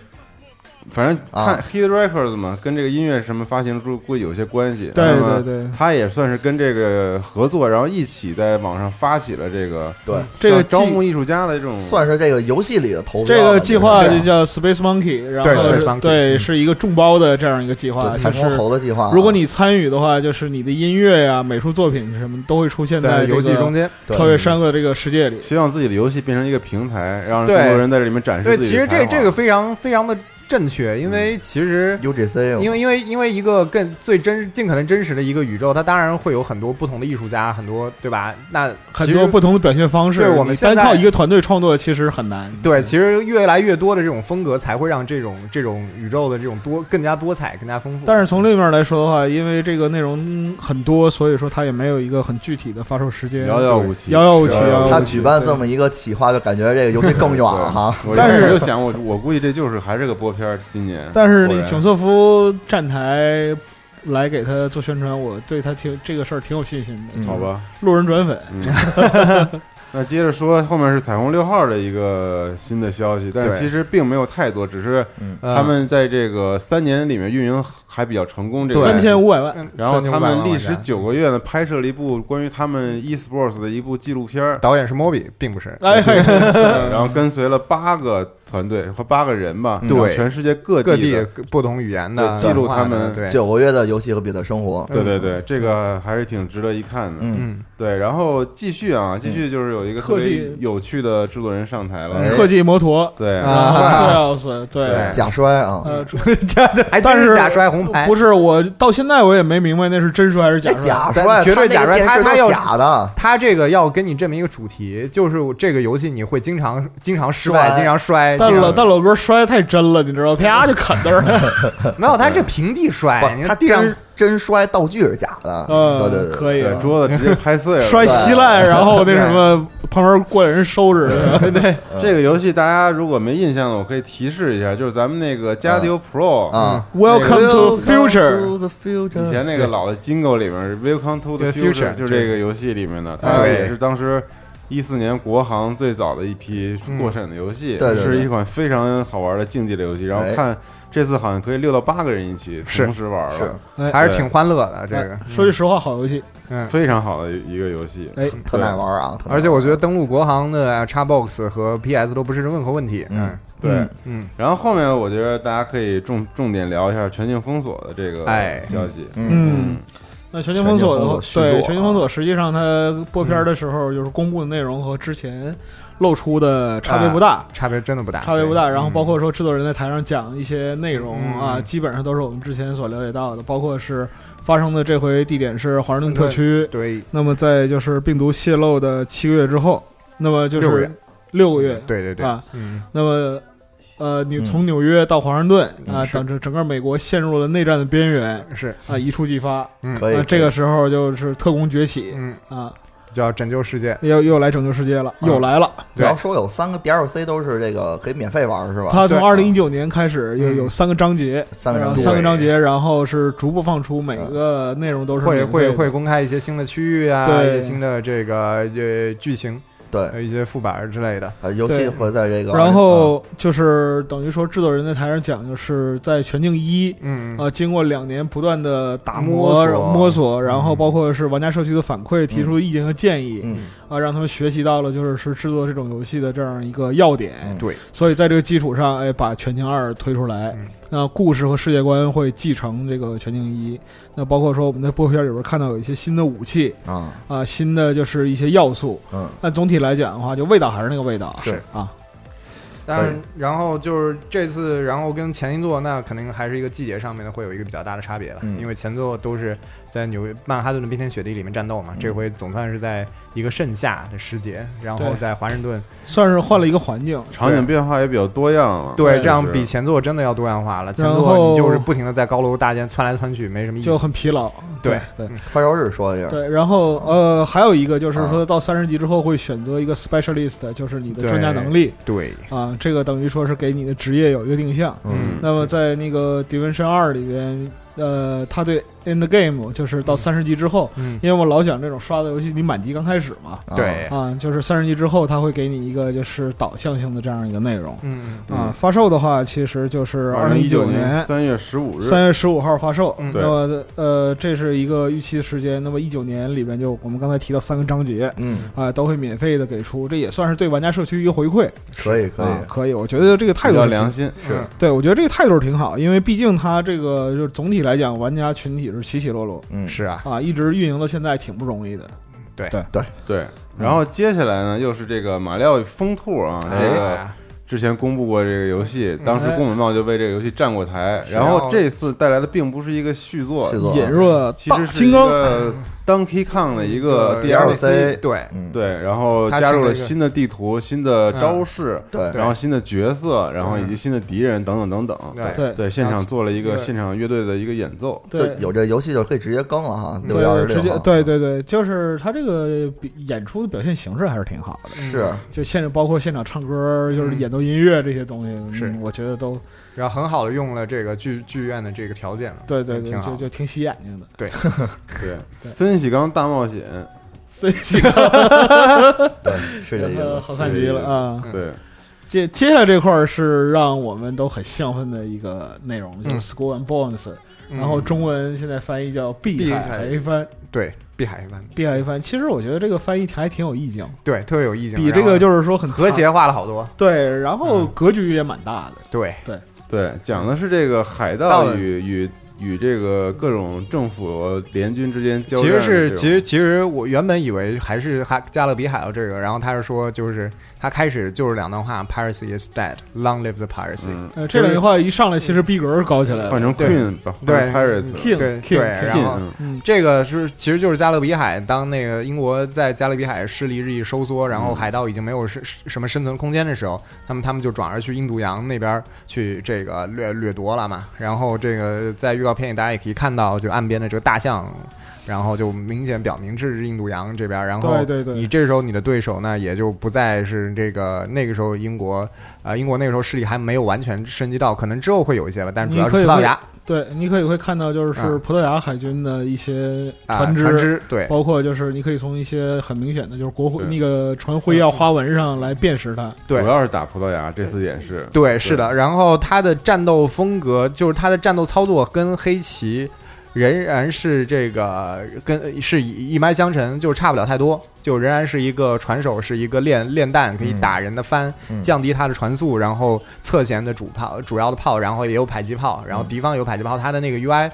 Speaker 1: 反正看
Speaker 2: 啊
Speaker 1: Hit Records 嘛，跟这个音乐什么发行估估计有些关系。
Speaker 4: 对
Speaker 1: 那么
Speaker 4: 对对，
Speaker 1: 他也算是跟这个合作，然后一起在网上发起了这个
Speaker 2: 对，
Speaker 4: 这个
Speaker 1: 像招
Speaker 4: 计
Speaker 1: 募艺术家的这种
Speaker 2: 算是这个游戏里的投标
Speaker 4: 这
Speaker 2: 了
Speaker 4: 个计划
Speaker 2: 对
Speaker 4: 就叫 Space Monkey，然
Speaker 3: 对
Speaker 4: 后是
Speaker 3: Space Monkey，
Speaker 4: 对
Speaker 3: 嗯
Speaker 4: 是一个众包的这样一个计划，
Speaker 2: 对
Speaker 4: 就
Speaker 2: 太空
Speaker 4: 是
Speaker 2: 猴的计划啊。
Speaker 4: 如果你参与的话，就是你的音乐呀、美术作品什么都会出现
Speaker 3: 在
Speaker 4: 这个
Speaker 3: 游戏中间，
Speaker 2: 对
Speaker 4: 超越山河这个世界里。
Speaker 1: 希望自己的游戏变成一个平台，让更
Speaker 3: 对
Speaker 1: 多人在这里面展示
Speaker 3: 对，
Speaker 1: 自己嗯
Speaker 3: 其
Speaker 1: 的
Speaker 3: 实
Speaker 1: 才华。
Speaker 3: 这这个非常非常的正确，因为其实
Speaker 2: UGC，
Speaker 3: 因为因为因为一个更最真尽可能真实的一个宇宙，它当然会有很多不同的艺术家，很多对吧？那
Speaker 4: 很
Speaker 3: 其实
Speaker 4: 多不同的表现方式，
Speaker 3: 对我们
Speaker 4: 你
Speaker 3: 现
Speaker 4: 单
Speaker 3: 在
Speaker 4: 靠一个团队创作其实很难。
Speaker 3: 对，其实越来越多的这种风格才会让这种这种宇宙的这种多更加多彩、更加丰富。
Speaker 4: 但是从另一面来说的话，因为这个内容很多，所以说它也没有一个很具体的发售时间。
Speaker 1: 遥遥无期，
Speaker 4: 遥遥无期
Speaker 1: 遥遥
Speaker 4: 啊！
Speaker 2: 呃他举办这么一个企划，就感觉这个游戏更远了啊哈。
Speaker 1: 我一
Speaker 4: 但
Speaker 1: 开
Speaker 4: 是
Speaker 1: 始就想，我我估计这就是还是个播片儿，今年。
Speaker 4: 但是
Speaker 1: 果
Speaker 4: 那
Speaker 1: 然
Speaker 4: 囧瑟夫站台来给他做宣传，我对他挺这个事儿挺有信心的。
Speaker 2: 嗯
Speaker 1: 好吧，
Speaker 4: 路人转粉，
Speaker 1: 嗯。 那接着说，后面是彩虹六号的一个新的消息，但是
Speaker 3: 对
Speaker 1: 其实并没有太多，只是
Speaker 3: 嗯
Speaker 1: 他们在这个三年里面运营还比较成功。这个
Speaker 3: 对
Speaker 4: 三千五百万，
Speaker 3: 嗯
Speaker 1: 然后
Speaker 3: 三千
Speaker 1: 他
Speaker 3: 五百万
Speaker 1: 们历
Speaker 3: 玩家
Speaker 1: 时九个月呢，拍摄了一部关于他们 esports 的一部纪录片 儿，
Speaker 3: 导演是 Moby，并不是
Speaker 4: 哎嘿，
Speaker 1: 然后跟随了八个团队和八个人吧，
Speaker 3: 嗯
Speaker 1: 然后
Speaker 3: 对
Speaker 1: 全世界各
Speaker 3: 各
Speaker 1: 地
Speaker 3: 地
Speaker 1: 的
Speaker 3: 不同语言的
Speaker 1: 对记录
Speaker 3: 文化
Speaker 1: 他们
Speaker 3: 的对，
Speaker 2: 九个月的游戏和彼得生活，
Speaker 1: 对对对，这个还是挺值得一看的。
Speaker 2: 嗯，
Speaker 3: 嗯，
Speaker 1: 对，然后继续啊，继续就是有一个特
Speaker 4: 科技
Speaker 1: 别有趣的制作人上台了，
Speaker 2: 哎
Speaker 4: 特技 摩托
Speaker 1: 对，
Speaker 3: 啊
Speaker 4: ，Styles，对
Speaker 1: 对，
Speaker 2: 假摔啊，
Speaker 4: 呃，
Speaker 3: 假的还
Speaker 4: 但
Speaker 3: 真
Speaker 4: 是
Speaker 3: 假摔红牌
Speaker 4: 不。是我到现在我也没明白那是真摔还是
Speaker 2: 这
Speaker 4: 假
Speaker 2: 假
Speaker 4: 摔。
Speaker 3: 但
Speaker 2: 摔
Speaker 3: 绝对
Speaker 2: 他
Speaker 3: 假
Speaker 2: 那个
Speaker 3: 摔
Speaker 2: 电视
Speaker 3: 他他
Speaker 2: 都
Speaker 3: 要
Speaker 2: 假的，
Speaker 3: 他这个要给你这么一个主题，就是这个游戏你会经常经常失败，
Speaker 2: 摔
Speaker 3: 经常摔。
Speaker 4: 但
Speaker 3: 经
Speaker 4: 老
Speaker 3: 常
Speaker 4: 但老哥摔得太真了，你知道，啪就砍那儿了。
Speaker 3: 没有，他这平地摔
Speaker 2: 不，
Speaker 3: 哎你
Speaker 2: 他
Speaker 3: 看地上
Speaker 2: 真真摔道具是假的，
Speaker 4: 嗯，
Speaker 2: 对对对，
Speaker 4: 可以
Speaker 1: 对
Speaker 4: 啊，
Speaker 1: 桌子直接拍碎了。
Speaker 4: 摔稀烂，然后那什么旁边过来人收拾。对，
Speaker 1: 这个游戏大家如果没印象的，我可以提示一下，就是咱们那个《加迪欧 Pro》，
Speaker 2: 啊。
Speaker 4: Welcome to future，
Speaker 2: Welcome to the future
Speaker 1: 以前那个老的 Jingle 里面是《Welcome to the
Speaker 3: 对
Speaker 1: Future》，
Speaker 3: Future，
Speaker 1: 就这个游戏里面的，
Speaker 3: 对
Speaker 1: 它也是当时。一四年国行最早的一批过审的游戏，
Speaker 2: 嗯对对对
Speaker 1: 是一款非常好玩的竞技类游戏。然后
Speaker 2: 哎
Speaker 1: 看这次好像可以六到八个人一起
Speaker 3: 是
Speaker 1: 同时玩
Speaker 2: 是
Speaker 1: 了，
Speaker 3: 还是挺欢乐的。这个，
Speaker 4: 说句实话，好游戏。
Speaker 3: 嗯，
Speaker 1: 非常好的一个游戏。
Speaker 4: 哎，
Speaker 2: 特耐玩啊，特耐玩
Speaker 3: 而且我觉得登录国行的 Xbox 和 PS 都不是任何问题。嗯
Speaker 2: 嗯
Speaker 1: 对，
Speaker 3: 嗯，
Speaker 1: 然后后面我觉得大家可以重重点聊一下全境封锁的这个
Speaker 3: 哎
Speaker 1: 消息。
Speaker 2: 嗯
Speaker 4: 嗯，那全球封锁的话，
Speaker 2: 全球封锁续作
Speaker 4: 对
Speaker 2: 啊
Speaker 4: 全球封锁，实际上它播片的时候就是公布的内容和之前露出的差别不大。
Speaker 3: 差别真的不大，
Speaker 4: 差别不大，
Speaker 3: 对
Speaker 4: 然后
Speaker 3: 嗯
Speaker 4: 包括说制作人在台上讲一些内容
Speaker 3: 嗯
Speaker 4: 啊，基本上都是我们之前所了解到的，包括是发生的这回地点是华盛顿特区，
Speaker 3: 嗯对
Speaker 4: 那么在就是病毒泄露的七个月之后，那么就
Speaker 3: 六个
Speaker 4: 是
Speaker 3: 月
Speaker 4: 六个月，
Speaker 3: 对对对
Speaker 4: 啊，
Speaker 3: 嗯，
Speaker 4: 那么呃，你
Speaker 2: 嗯
Speaker 4: 从纽约到华盛顿
Speaker 3: 嗯
Speaker 4: 啊，
Speaker 3: 是
Speaker 4: 整整整个美国陷入了内战的边缘
Speaker 3: 是，
Speaker 4: 啊，一触即发。
Speaker 3: 嗯
Speaker 2: 可以
Speaker 4: 那这个时候就是特工崛起
Speaker 3: 嗯，
Speaker 4: 啊，
Speaker 3: 就要拯救世界。
Speaker 4: 又又来拯救世界了，
Speaker 3: 嗯
Speaker 4: 又来了。
Speaker 3: 对
Speaker 2: 然后说有三个 DLC 都是这个可以免费玩是吧？
Speaker 4: 他从
Speaker 3: 对啊
Speaker 4: 二零一九年开始有
Speaker 3: 嗯
Speaker 4: 有三个章节，
Speaker 2: 三个章
Speaker 4: 然后
Speaker 2: 节嗯
Speaker 4: 呃三个章节，然后是逐步放出，每个内容都是
Speaker 3: 会
Speaker 4: 免
Speaker 3: 会
Speaker 4: 费的
Speaker 3: 会公开一些新的区域啊，
Speaker 4: 对
Speaker 3: 一些新的这个呃剧情，呃
Speaker 2: 对，
Speaker 3: 还有一些副板儿之类的。
Speaker 2: 呃，游戏
Speaker 4: 对
Speaker 2: 会在这个，呃
Speaker 4: 然后就是等于说，制作人在台上讲，就是在《全境一》
Speaker 3: 嗯，
Speaker 4: 啊，经过两年不断的打
Speaker 3: 摸
Speaker 4: 磨
Speaker 3: 索
Speaker 4: 摸索，
Speaker 2: 嗯
Speaker 4: 然后包括是玩家社区的反馈，提出意见和建议
Speaker 2: 嗯，
Speaker 4: 啊，让他们学习到了就是是制作这种游戏的这样一个要点
Speaker 2: 嗯。
Speaker 3: 对，
Speaker 4: 所以在这个基础上，哎，把《全境二》推出来
Speaker 3: 嗯，
Speaker 4: 那故事和世界观会继承这个《全境一》，那包括说我们在播片里边看到有一些新的武器
Speaker 2: 啊，
Speaker 4: 啊，新的就是一些要素，
Speaker 2: 嗯，
Speaker 4: 但总体来讲的话，就味道还是那个味道，
Speaker 2: 是
Speaker 4: 啊，
Speaker 3: 但
Speaker 2: 对
Speaker 3: 然后就是这次，然后跟前一座那肯定还是一个季节上面的会有一个比较大的差别了，
Speaker 2: 嗯
Speaker 3: 因为前作都是在纽约曼哈顿的冰天雪地里面战斗嘛，
Speaker 2: 嗯
Speaker 3: 这回总算是在一个盛夏的时节，然后
Speaker 4: 对
Speaker 3: 在华盛顿，
Speaker 4: 算是换了一个环境。
Speaker 1: 场景变化也比较多样了。
Speaker 3: 对，
Speaker 4: 对
Speaker 3: 这样
Speaker 1: 是
Speaker 3: 比前作真的要多样化了。前
Speaker 4: 然后
Speaker 3: 作你就是不停的在高楼大间窜来窜去，没什么意
Speaker 4: 就
Speaker 3: 思。
Speaker 4: 很疲劳，
Speaker 3: 对啊
Speaker 4: 对
Speaker 2: 发烧日说一下，
Speaker 4: 对，然后呃，还有一个就是说到三十级之后会选择一个 specialist，就是你的专家能力
Speaker 3: 对，
Speaker 4: 啊，这个等于说是给你的职业有一个定向。
Speaker 2: 嗯，
Speaker 4: 那么在那个 Division 二里边，呃，他对 end game 就是到三十级之后，
Speaker 3: 嗯，
Speaker 4: 因为我老讲这种刷的游戏，你满级刚开始嘛，
Speaker 2: 啊
Speaker 3: 对，
Speaker 4: 啊，就是三十级之后，他会给你一个就是导向性的这样一个内容
Speaker 3: 嗯
Speaker 4: 啊。发售的话，其实就是
Speaker 1: 二
Speaker 4: 二
Speaker 1: 零
Speaker 4: 零
Speaker 1: 一
Speaker 4: 一
Speaker 1: 九
Speaker 4: 九
Speaker 1: 年三月十五日，
Speaker 4: 三月十五号发售，
Speaker 3: 嗯
Speaker 1: 对
Speaker 4: 那么呃，这是一个预期的时间。那么一九年里边就我们刚才提到三个章节
Speaker 2: 嗯，
Speaker 4: 啊、都会免费的给出，这也算是对玩家社区一个回馈
Speaker 2: 可以可以
Speaker 4: 啊，，可以。我觉得这个态
Speaker 1: 比
Speaker 4: 度
Speaker 1: 较
Speaker 4: 是
Speaker 1: 良
Speaker 4: 挺，
Speaker 1: 心，是
Speaker 3: 嗯
Speaker 4: 对我觉得这个态度是挺好，因为毕竟它这个就是总体来讲，玩家群体是起起落落
Speaker 2: 嗯，
Speaker 3: 是啊，
Speaker 4: 啊，一直运营到现在挺不容易的。
Speaker 1: 对。然后接下来呢，又是这个马里奥疯兔啊，这个
Speaker 3: 哎
Speaker 1: 之前公布过这个游戏，当时宫本茂就为这个游戏站过台。
Speaker 3: 是啊
Speaker 1: 然后这次带来的并不是一个续作
Speaker 2: 续，作
Speaker 4: 引入了
Speaker 1: 其
Speaker 4: 大
Speaker 1: 实是
Speaker 4: 金
Speaker 1: 一
Speaker 4: 刚，
Speaker 1: 个 Donkey Kong 的一
Speaker 4: 呃
Speaker 1: 个
Speaker 3: 对
Speaker 1: DLC。
Speaker 2: DLC
Speaker 3: 对，
Speaker 2: 嗯，
Speaker 1: 对，然后
Speaker 3: 它
Speaker 1: 加
Speaker 3: 请
Speaker 1: 入
Speaker 3: 了
Speaker 1: 了
Speaker 3: 一个
Speaker 1: 新的地图、新的招式，
Speaker 2: 嗯对
Speaker 1: 然后新的角色，然后以及新的敌人等等等等。
Speaker 3: 对
Speaker 4: 对
Speaker 1: 对，现场做了一个
Speaker 3: 对
Speaker 1: 现场乐队的一个演奏。
Speaker 4: 对
Speaker 2: 就。有这游戏就可以直接更了哈，六月二
Speaker 4: 对，
Speaker 2: 十
Speaker 4: 直接
Speaker 2: 六，
Speaker 4: 对，
Speaker 1: 嗯
Speaker 4: 对对，就是他这个比演出的表现形式还是挺好的。
Speaker 2: 是，
Speaker 4: 就现场包括现场唱歌，就是演奏音乐这些东西，嗯
Speaker 3: 嗯是
Speaker 4: 我觉得都
Speaker 3: 然后很好的用了这个剧剧院的这个条件了，
Speaker 4: 对对对，
Speaker 3: 挺好
Speaker 4: 就。就挺洗眼 睛的。
Speaker 1: 对，森喜刚大冒险，
Speaker 4: 所以 这
Speaker 2: 对，是这意
Speaker 4: 个
Speaker 2: 思，
Speaker 4: 好看极了啊！
Speaker 3: 嗯
Speaker 1: 对，
Speaker 4: 接接下来这块儿是让我们都很兴奋的一个内容，就是
Speaker 3: 嗯
Speaker 4: School and Bones，、
Speaker 3: 嗯
Speaker 4: 然后中文现在翻译叫《碧
Speaker 3: 碧
Speaker 4: 海
Speaker 3: 海
Speaker 4: 一番》。
Speaker 3: 对碧海一般，
Speaker 4: 碧海一番，其实我觉得这个翻译还挺有意境，
Speaker 3: 对特别有意境，
Speaker 4: 比
Speaker 3: 然后
Speaker 4: 这个就是说很
Speaker 3: 和谐化了好多。
Speaker 4: 长对，然后
Speaker 3: 嗯
Speaker 4: 格局也蛮大的。
Speaker 3: 对，
Speaker 1: 对，
Speaker 3: 嗯
Speaker 1: 讲的是这个海
Speaker 3: 到
Speaker 1: 盗
Speaker 3: 了
Speaker 1: 与与与这个各种政府联军之间交
Speaker 3: 其
Speaker 1: 战的这
Speaker 3: 实是
Speaker 1: 种。
Speaker 3: 其实其实我原本以为还是哈加勒比海盗这个，然后他是说就是他开始就是两段话，Piracy is dead, long live the piracy、
Speaker 1: 嗯，
Speaker 4: 呃，这两句话一上来，其实逼格高起来
Speaker 1: 换
Speaker 4: 了。
Speaker 1: 成
Speaker 3: 对
Speaker 1: Queen 把换
Speaker 3: 对嗯啊
Speaker 1: 成 Pirates，
Speaker 4: King
Speaker 3: 哦对
Speaker 4: King
Speaker 3: 对，然后
Speaker 1: King，嗯
Speaker 4: 嗯，
Speaker 3: 这个是其实就是加勒比海，当那个英国在加勒比海势力日益收缩，然后海盗已经没有什什么生存空间的时候，
Speaker 4: 嗯
Speaker 3: 那么他们就转而去印度洋那边去这个掠掠夺了嘛。然后这个在预告片里大家也可以看到，就岸边的这个大象，然后就明显表明这是印度洋这边，然后
Speaker 4: 对对对
Speaker 3: 你这时候你的对手呢，也就不再是这个那个时候英国，呃，英国那个时候势力还没有完全升级到，可能之后会有一些吧，但主要是葡萄牙
Speaker 4: 对，你可以会看到，就是
Speaker 3: 嗯
Speaker 4: 葡萄牙海军的一些
Speaker 3: 啊
Speaker 4: 船只，
Speaker 3: 船只对
Speaker 4: 包括就是你可以从一些很明显的，就是国徽
Speaker 1: 对
Speaker 4: 那个船徽要花纹上来辨识它。
Speaker 3: 对
Speaker 1: 主要是打葡萄牙，这次也是。
Speaker 3: 对，是的。然后他的战斗风格，就是他的战斗操作跟黑旗仍然是这个跟是一脉相承，就差不了太多。就仍然是一个船手，是一个练练弹，可以打人的帆，
Speaker 2: 嗯
Speaker 3: 降低他的船速，然后侧舷的主炮、主要的炮，然后也有迫击炮，然后敌方有迫击炮，他的那个 UI。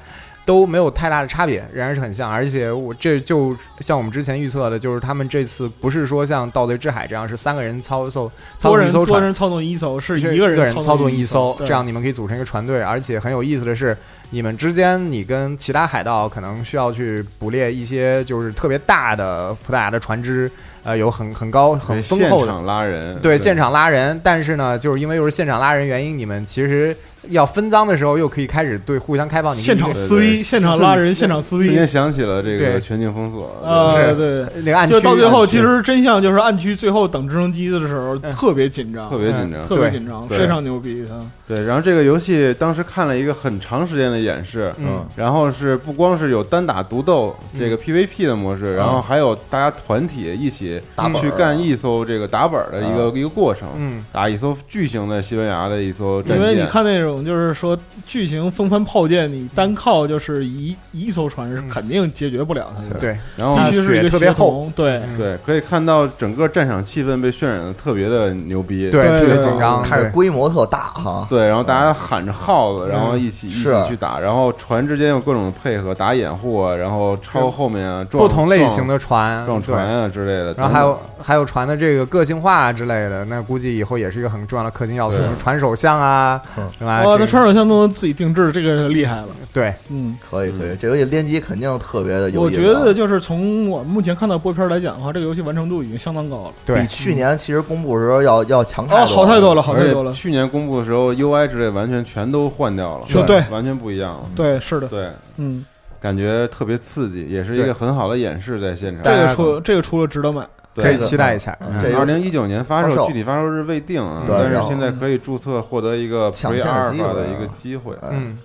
Speaker 3: 都没有太大的差别，仍然是很像，而且我这就像我们之前预测的，就是他们这次不是说像《盗贼之海》这样是三个人操作操
Speaker 4: 多
Speaker 3: 纵一
Speaker 4: 人
Speaker 3: 艘
Speaker 4: 多
Speaker 3: 船，
Speaker 4: 人操纵一艘是
Speaker 3: 是
Speaker 4: 一个
Speaker 3: 人
Speaker 4: 操
Speaker 3: 纵
Speaker 4: 一
Speaker 3: 艘，
Speaker 4: 对
Speaker 3: 这样你们可以组成一个船队。而且很有意思的是，你们之间你跟其他海盗可能需要去捕猎一些就是特别大的葡萄牙的船只，呃，有很很高很
Speaker 1: 对
Speaker 3: 丰厚
Speaker 1: 现
Speaker 3: 的。
Speaker 1: 场拉人，
Speaker 3: 对，现场拉人，但是呢，就是因为又是现场拉人原因，你们其实要分赃的时候，又可以开始对互相开放。你可以
Speaker 4: 现场
Speaker 1: 对
Speaker 4: 撕
Speaker 1: 对
Speaker 4: 逼，现场拉人，现场撕
Speaker 1: 瞬
Speaker 4: 逼
Speaker 1: 间，想起了这个
Speaker 3: 对
Speaker 1: 全境封锁，
Speaker 4: 啊，
Speaker 3: 是
Speaker 4: 对对。
Speaker 3: 那个暗区，
Speaker 4: 就到最后，
Speaker 3: 暗区
Speaker 4: 其实真相就是暗区最后等直升机的时候特别紧张，
Speaker 1: 特别紧
Speaker 3: 嗯
Speaker 1: 张。
Speaker 4: 特别紧张，
Speaker 1: 对
Speaker 4: 非常牛逼嗯他。
Speaker 1: 对，然后这个游戏当时看了一个很长时间的演示，
Speaker 3: 嗯，
Speaker 1: 然后是不光是有单打独斗这个 PVP 的模
Speaker 3: 啊
Speaker 1: 式，然后还有大家团体一起
Speaker 2: 打本儿
Speaker 1: 去干一艘这个打本儿的一个、一个过程，
Speaker 3: 嗯
Speaker 1: 打一艘巨型的西班牙的一艘战
Speaker 4: 因为你
Speaker 1: 舰。
Speaker 4: 看那种就是说巨型风帆炮舰，你单靠就是一一艘船是肯定解决不了它的，
Speaker 3: 对，
Speaker 1: 然后
Speaker 4: 必须是一
Speaker 3: 它血
Speaker 4: 个
Speaker 3: 特别
Speaker 4: 协同，对，
Speaker 3: 嗯
Speaker 1: 对，可以看到整个战场气氛被渲染的特别的牛逼。
Speaker 3: 对，
Speaker 4: 对
Speaker 3: 特别
Speaker 4: 对
Speaker 3: 紧张，
Speaker 2: 看着
Speaker 3: 对
Speaker 2: 规模特大哈，
Speaker 1: 对，然后大家喊着号
Speaker 3: 嗯
Speaker 1: 子，然后一起一起
Speaker 2: 是
Speaker 1: 去打，然后船之间有各种配合，打掩护啊，然后超后面啊，撞
Speaker 3: 不同类型
Speaker 1: 的
Speaker 3: 的船，
Speaker 1: 撞船
Speaker 3: 对。
Speaker 1: 啊之类的。
Speaker 3: 然
Speaker 1: 等
Speaker 3: 后还
Speaker 1: 等
Speaker 3: 有还有船的这个个性化啊之类的，那估计以后也是一个很重要的氪金要素，
Speaker 1: 对
Speaker 3: 什么船首相啊
Speaker 2: 嗯，
Speaker 3: 什么
Speaker 4: 哇，
Speaker 3: 这
Speaker 4: 他
Speaker 3: 个
Speaker 4: 穿手枪都能自己定制，这个厉害了，
Speaker 3: 对，
Speaker 4: 嗯。
Speaker 2: 可以可以，这游戏联机肯定特别的有
Speaker 4: 我
Speaker 2: 意思啊。
Speaker 4: 觉得就是从我目前看到播片来讲的话，这个游戏完成度已经相当高了，
Speaker 3: 对
Speaker 2: 比去年其实公布的时候要要强太多
Speaker 4: 哦，
Speaker 2: 了，
Speaker 4: 好太多了，好
Speaker 1: 而
Speaker 4: 太
Speaker 1: 且
Speaker 4: 多了，
Speaker 1: 去年公布的时候，UI 之类完全全都换掉了，
Speaker 4: 对对
Speaker 1: 完全不一样了。
Speaker 4: 对，是的，
Speaker 1: 对，
Speaker 4: 嗯，
Speaker 1: 感觉特别刺激，也是一
Speaker 3: 对
Speaker 1: 个很好的演示在现场。
Speaker 4: 这
Speaker 3: 大
Speaker 4: 个
Speaker 3: 家
Speaker 4: 出这个出了值得买，
Speaker 1: 对
Speaker 3: 可以
Speaker 2: 这个
Speaker 3: 期待一下。
Speaker 2: 嗯这
Speaker 1: 二
Speaker 2: 游戏
Speaker 1: 零一九年发
Speaker 2: 发售
Speaker 1: 售，具体发售日未定啊，
Speaker 2: 对
Speaker 1: 但是
Speaker 2: 然后
Speaker 1: 现在可以注册获得一个
Speaker 2: 抢
Speaker 1: Pre
Speaker 2: 先的机
Speaker 1: Alpha
Speaker 2: 会啊
Speaker 1: 的一个机会。
Speaker 3: 嗯，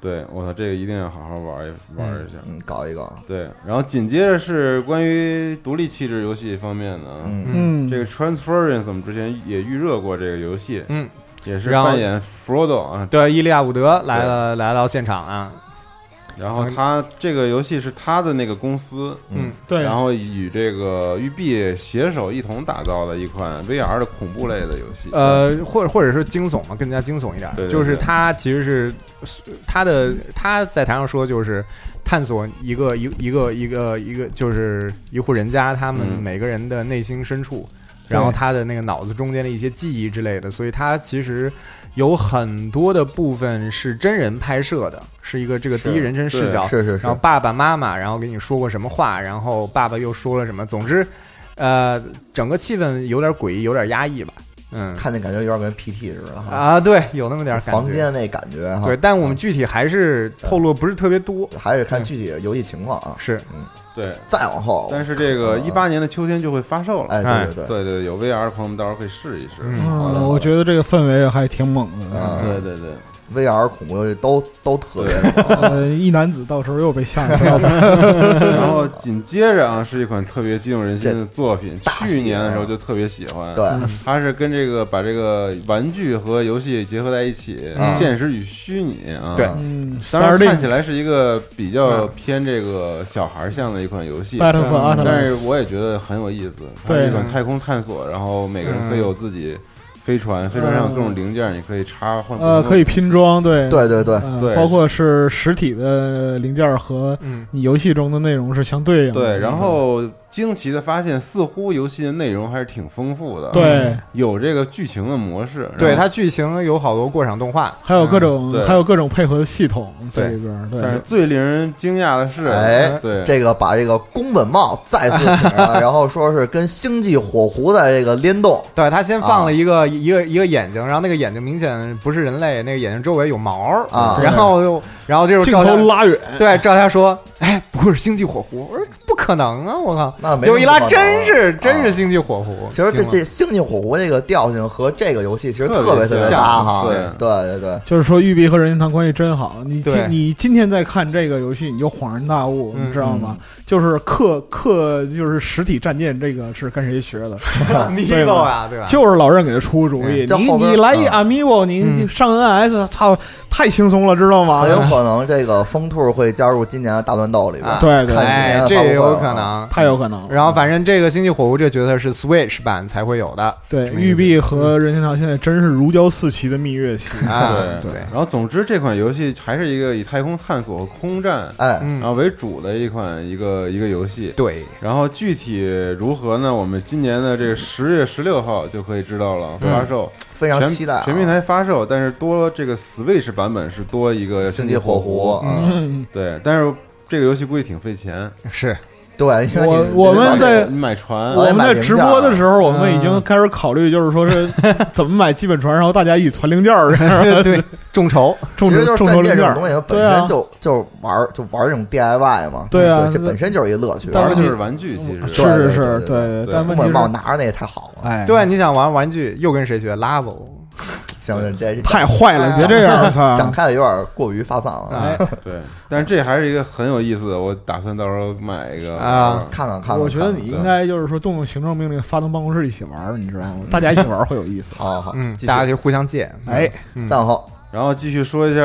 Speaker 1: 对，我操，这个一定要好好玩一玩一下。
Speaker 2: 嗯，搞一个，
Speaker 1: 对，然后紧接着是关于独立气质游戏方面的啊，
Speaker 2: 嗯，
Speaker 4: 嗯，
Speaker 1: 这个 Transference 我们之前也预热过这个游戏，
Speaker 3: 嗯，
Speaker 1: 也是
Speaker 3: 然后
Speaker 1: 扮演 Frodo 啊，
Speaker 3: 对，伊利亚伍德来了，来到现场啊，
Speaker 1: 然后他这个游戏是他的那个公司，
Speaker 3: 嗯，
Speaker 4: 对，
Speaker 1: 然后与这个育碧携手一同打造的一款 VR 的恐怖类的游戏，
Speaker 3: 呃，或者或者是惊悚嘛，更加惊悚一点
Speaker 1: 对。对
Speaker 3: 就是
Speaker 1: 对
Speaker 3: 他其实是他的他在台上说就是探索一个一一个一个一个就是一户人家他们
Speaker 1: 嗯
Speaker 3: 每个人的内心深处，然后他的那个脑子中间的一些记忆之类的，所以他其实有很多的部分是真人拍摄的，是一个这个
Speaker 1: 是
Speaker 3: 第一人称视
Speaker 1: 对
Speaker 3: 角，
Speaker 2: 是是是
Speaker 3: 嗯然后，爸爸妈妈，然后给你说过什么话，然后爸爸又说了什么，总之，呃，整个气氛有点诡异，有点压抑吧，嗯
Speaker 2: 看那感觉有点跟 PT 似的哈，
Speaker 3: 啊，对，有那么点感觉，
Speaker 2: 房间那啊嗯感觉哈，
Speaker 3: 对，，但我们具体还是透露不是特别多，
Speaker 2: 还得看具体游戏情况啊。
Speaker 3: 是
Speaker 1: 对。
Speaker 2: 再往后，
Speaker 1: 但是这个
Speaker 2: 嗯
Speaker 1: 一八年的秋天就会发售了，
Speaker 2: 哎，对对对，
Speaker 1: 对对，有 VR 的朋友们到时候可以试一试。
Speaker 3: 嗯
Speaker 2: 好的好
Speaker 4: 嗯，
Speaker 2: 的
Speaker 4: 我觉得这个氛围还挺猛 的。
Speaker 2: 嗯
Speaker 1: 哎对对，
Speaker 2: ，VR 恐怖游戏都都特别猛
Speaker 4: 呃，一男子到时候又被吓一 跳了。
Speaker 1: 然后紧接着啊，是一款特别激动人心的作品，
Speaker 2: 大戏啊
Speaker 1: 去年的时候就特别喜欢。
Speaker 2: 对，
Speaker 1: 它是跟这个把这个玩具和游戏结合在一起，
Speaker 2: 嗯
Speaker 1: 现实与虚拟啊。
Speaker 3: 对
Speaker 4: 嗯
Speaker 1: 当然看起
Speaker 4: ，Starlink
Speaker 1: 来是一个比较偏这个小孩向的一款游戏，
Speaker 4: 嗯 Battle for
Speaker 1: 嗯但
Speaker 4: Atlas，
Speaker 1: 是我也觉得很有意思。它
Speaker 4: 对嗯
Speaker 1: 是一款太空探索，然后每个人可以有自己飞船，飞船上有各种零件，你可以插换。
Speaker 4: 呃，可以。拼装，对，
Speaker 2: 对对对，
Speaker 4: 嗯
Speaker 1: 对
Speaker 4: 包括是实体的零件和
Speaker 3: 嗯，
Speaker 4: 你游戏中的内容是相对应的。
Speaker 1: 对，然后惊奇的发现，似乎游戏的内容还是挺丰富的。
Speaker 4: 对，
Speaker 1: 有这个剧情的模式，然后
Speaker 3: 对，它剧情有好多过场动画，
Speaker 4: 还有各
Speaker 1: 嗯
Speaker 4: 种
Speaker 1: 对
Speaker 4: 还有各种配合的系统在里边儿。
Speaker 1: 但是
Speaker 4: 对，
Speaker 1: 最令人惊讶的是，
Speaker 2: 哎
Speaker 1: 对，
Speaker 2: 这个把这个宫本茂再次请了，然后说是跟星际火狐的这个联动，
Speaker 3: 嗯对，他先
Speaker 2: 啊
Speaker 3: 放了一个、一个一个眼睛，然后那个眼睛明显不是人类，那个眼睛周围有毛儿
Speaker 2: 啊
Speaker 3: 然后又然后就是
Speaker 4: 镜
Speaker 3: 照
Speaker 4: 头
Speaker 3: 相
Speaker 4: 拉远，
Speaker 3: 对，照他说，哎，不是星际火狐，我说不可能啊，我靠！
Speaker 2: 那没
Speaker 3: 结果一
Speaker 2: 那么
Speaker 3: 拉，
Speaker 2: 夸张
Speaker 3: 真是
Speaker 2: 啊
Speaker 3: 真是星际火狐。
Speaker 2: 其实这
Speaker 3: 惊了
Speaker 2: 这星际火狐这个调性和这个游戏其实
Speaker 1: 特
Speaker 2: 特别
Speaker 1: 别
Speaker 2: 特别
Speaker 3: 像
Speaker 2: 搭哈，
Speaker 1: 对
Speaker 2: 对对对，
Speaker 4: 就是说育碧和任天堂关系真好。你
Speaker 3: 对
Speaker 4: 今你今天在看这个游戏，你就恍然大悟，
Speaker 3: 嗯
Speaker 4: 你知道吗？就是克克就是实体战舰这个是跟谁学的？对吧
Speaker 3: Amigo 啊，对吧？
Speaker 4: 就是老任给他出主意，
Speaker 2: 嗯这
Speaker 4: 你
Speaker 2: 后边
Speaker 4: 你来一
Speaker 2: 嗯
Speaker 4: Amiibo，你
Speaker 3: 嗯
Speaker 4: 你上 NS，操，太轻松了，知道吗
Speaker 2: 啊很？
Speaker 4: 嗯
Speaker 2: 有可能这个风兔会加入今年的大乱斗里边
Speaker 3: 啊，
Speaker 4: 对对，
Speaker 2: 看今
Speaker 3: 哎
Speaker 2: 年，的
Speaker 3: 这
Speaker 2: 发布
Speaker 3: 也
Speaker 2: 会
Speaker 3: 有
Speaker 2: 了
Speaker 3: 可
Speaker 2: 啊
Speaker 3: 能。
Speaker 4: 太有可能了。
Speaker 3: 然后，反正这个星际火狐这角色是 Switch 版才会有的
Speaker 4: 对，
Speaker 3: 这么一个
Speaker 4: 育碧和任天堂现在真是如胶似漆的蜜月期。
Speaker 3: 啊，
Speaker 1: 对。然后，总之这款游戏还是一个以太空探索和空战
Speaker 2: 哎，
Speaker 1: 然
Speaker 3: 嗯，
Speaker 1: 后为主的一款一个一个游戏。
Speaker 3: 对，
Speaker 1: 然后具体如何呢？我们今年的这个十月十六号就可以知道了，
Speaker 3: 嗯
Speaker 1: 发售
Speaker 2: 非常期
Speaker 1: 全
Speaker 2: 待啊
Speaker 1: 全平台发售，但是多这个 Switch 版本是多一个
Speaker 2: 星
Speaker 1: 际
Speaker 2: 际火
Speaker 1: 狐
Speaker 2: 狐，，
Speaker 3: 嗯
Speaker 4: 嗯，
Speaker 1: 对，但是这个游戏估计挺费钱，
Speaker 3: 是
Speaker 2: 对，因为
Speaker 4: 我
Speaker 2: 你
Speaker 4: 我们在
Speaker 1: 你买船，
Speaker 4: 我们在直播的时候，我
Speaker 3: 买零件儿
Speaker 4: 们已
Speaker 2: 嗯
Speaker 4: 经开始考虑，就是说是 怎么买基本船，然后大家一起传零件儿，
Speaker 3: 对，众筹，
Speaker 4: 众
Speaker 2: 其实就
Speaker 4: 筹
Speaker 2: 是战舰
Speaker 4: 众筹零件
Speaker 2: 这种
Speaker 4: 儿。
Speaker 2: 东西，本
Speaker 4: 对啊
Speaker 2: 身就就玩儿就玩儿这种 DIY 嘛，
Speaker 4: 对啊
Speaker 2: 这
Speaker 4: 那
Speaker 2: 本身就是一乐趣。
Speaker 4: 但
Speaker 1: 当
Speaker 4: 是
Speaker 1: 然
Speaker 4: 你
Speaker 1: 就是玩具，其实
Speaker 4: 是
Speaker 2: 对
Speaker 4: 是
Speaker 2: 对
Speaker 4: 是，
Speaker 2: 对
Speaker 4: 对
Speaker 1: 对对
Speaker 4: 但
Speaker 2: 不
Speaker 4: 问题
Speaker 2: 管往
Speaker 4: 是，
Speaker 2: 拿着那也太好了，
Speaker 4: 哎，
Speaker 3: 对，你想玩玩具，又跟谁学 Lavo？
Speaker 2: 行，这这
Speaker 4: 太坏了，别这 样，操！
Speaker 2: 哎展开的有点过于发散了。
Speaker 3: 哎，
Speaker 1: 对，但是这还是一个很有意思的，我打算到时候买一个
Speaker 3: 啊
Speaker 2: 看看看看，
Speaker 4: 我觉得
Speaker 2: 看看
Speaker 4: 你应该就是说动用行政命令发动办公室一起玩儿，你知道吗？大家一起玩儿会有意思。
Speaker 2: 好好，
Speaker 3: 嗯
Speaker 2: 继，续
Speaker 3: 大家可以互相借。
Speaker 4: 哎，
Speaker 3: 嗯
Speaker 2: 再往后，
Speaker 1: 然后继续说一下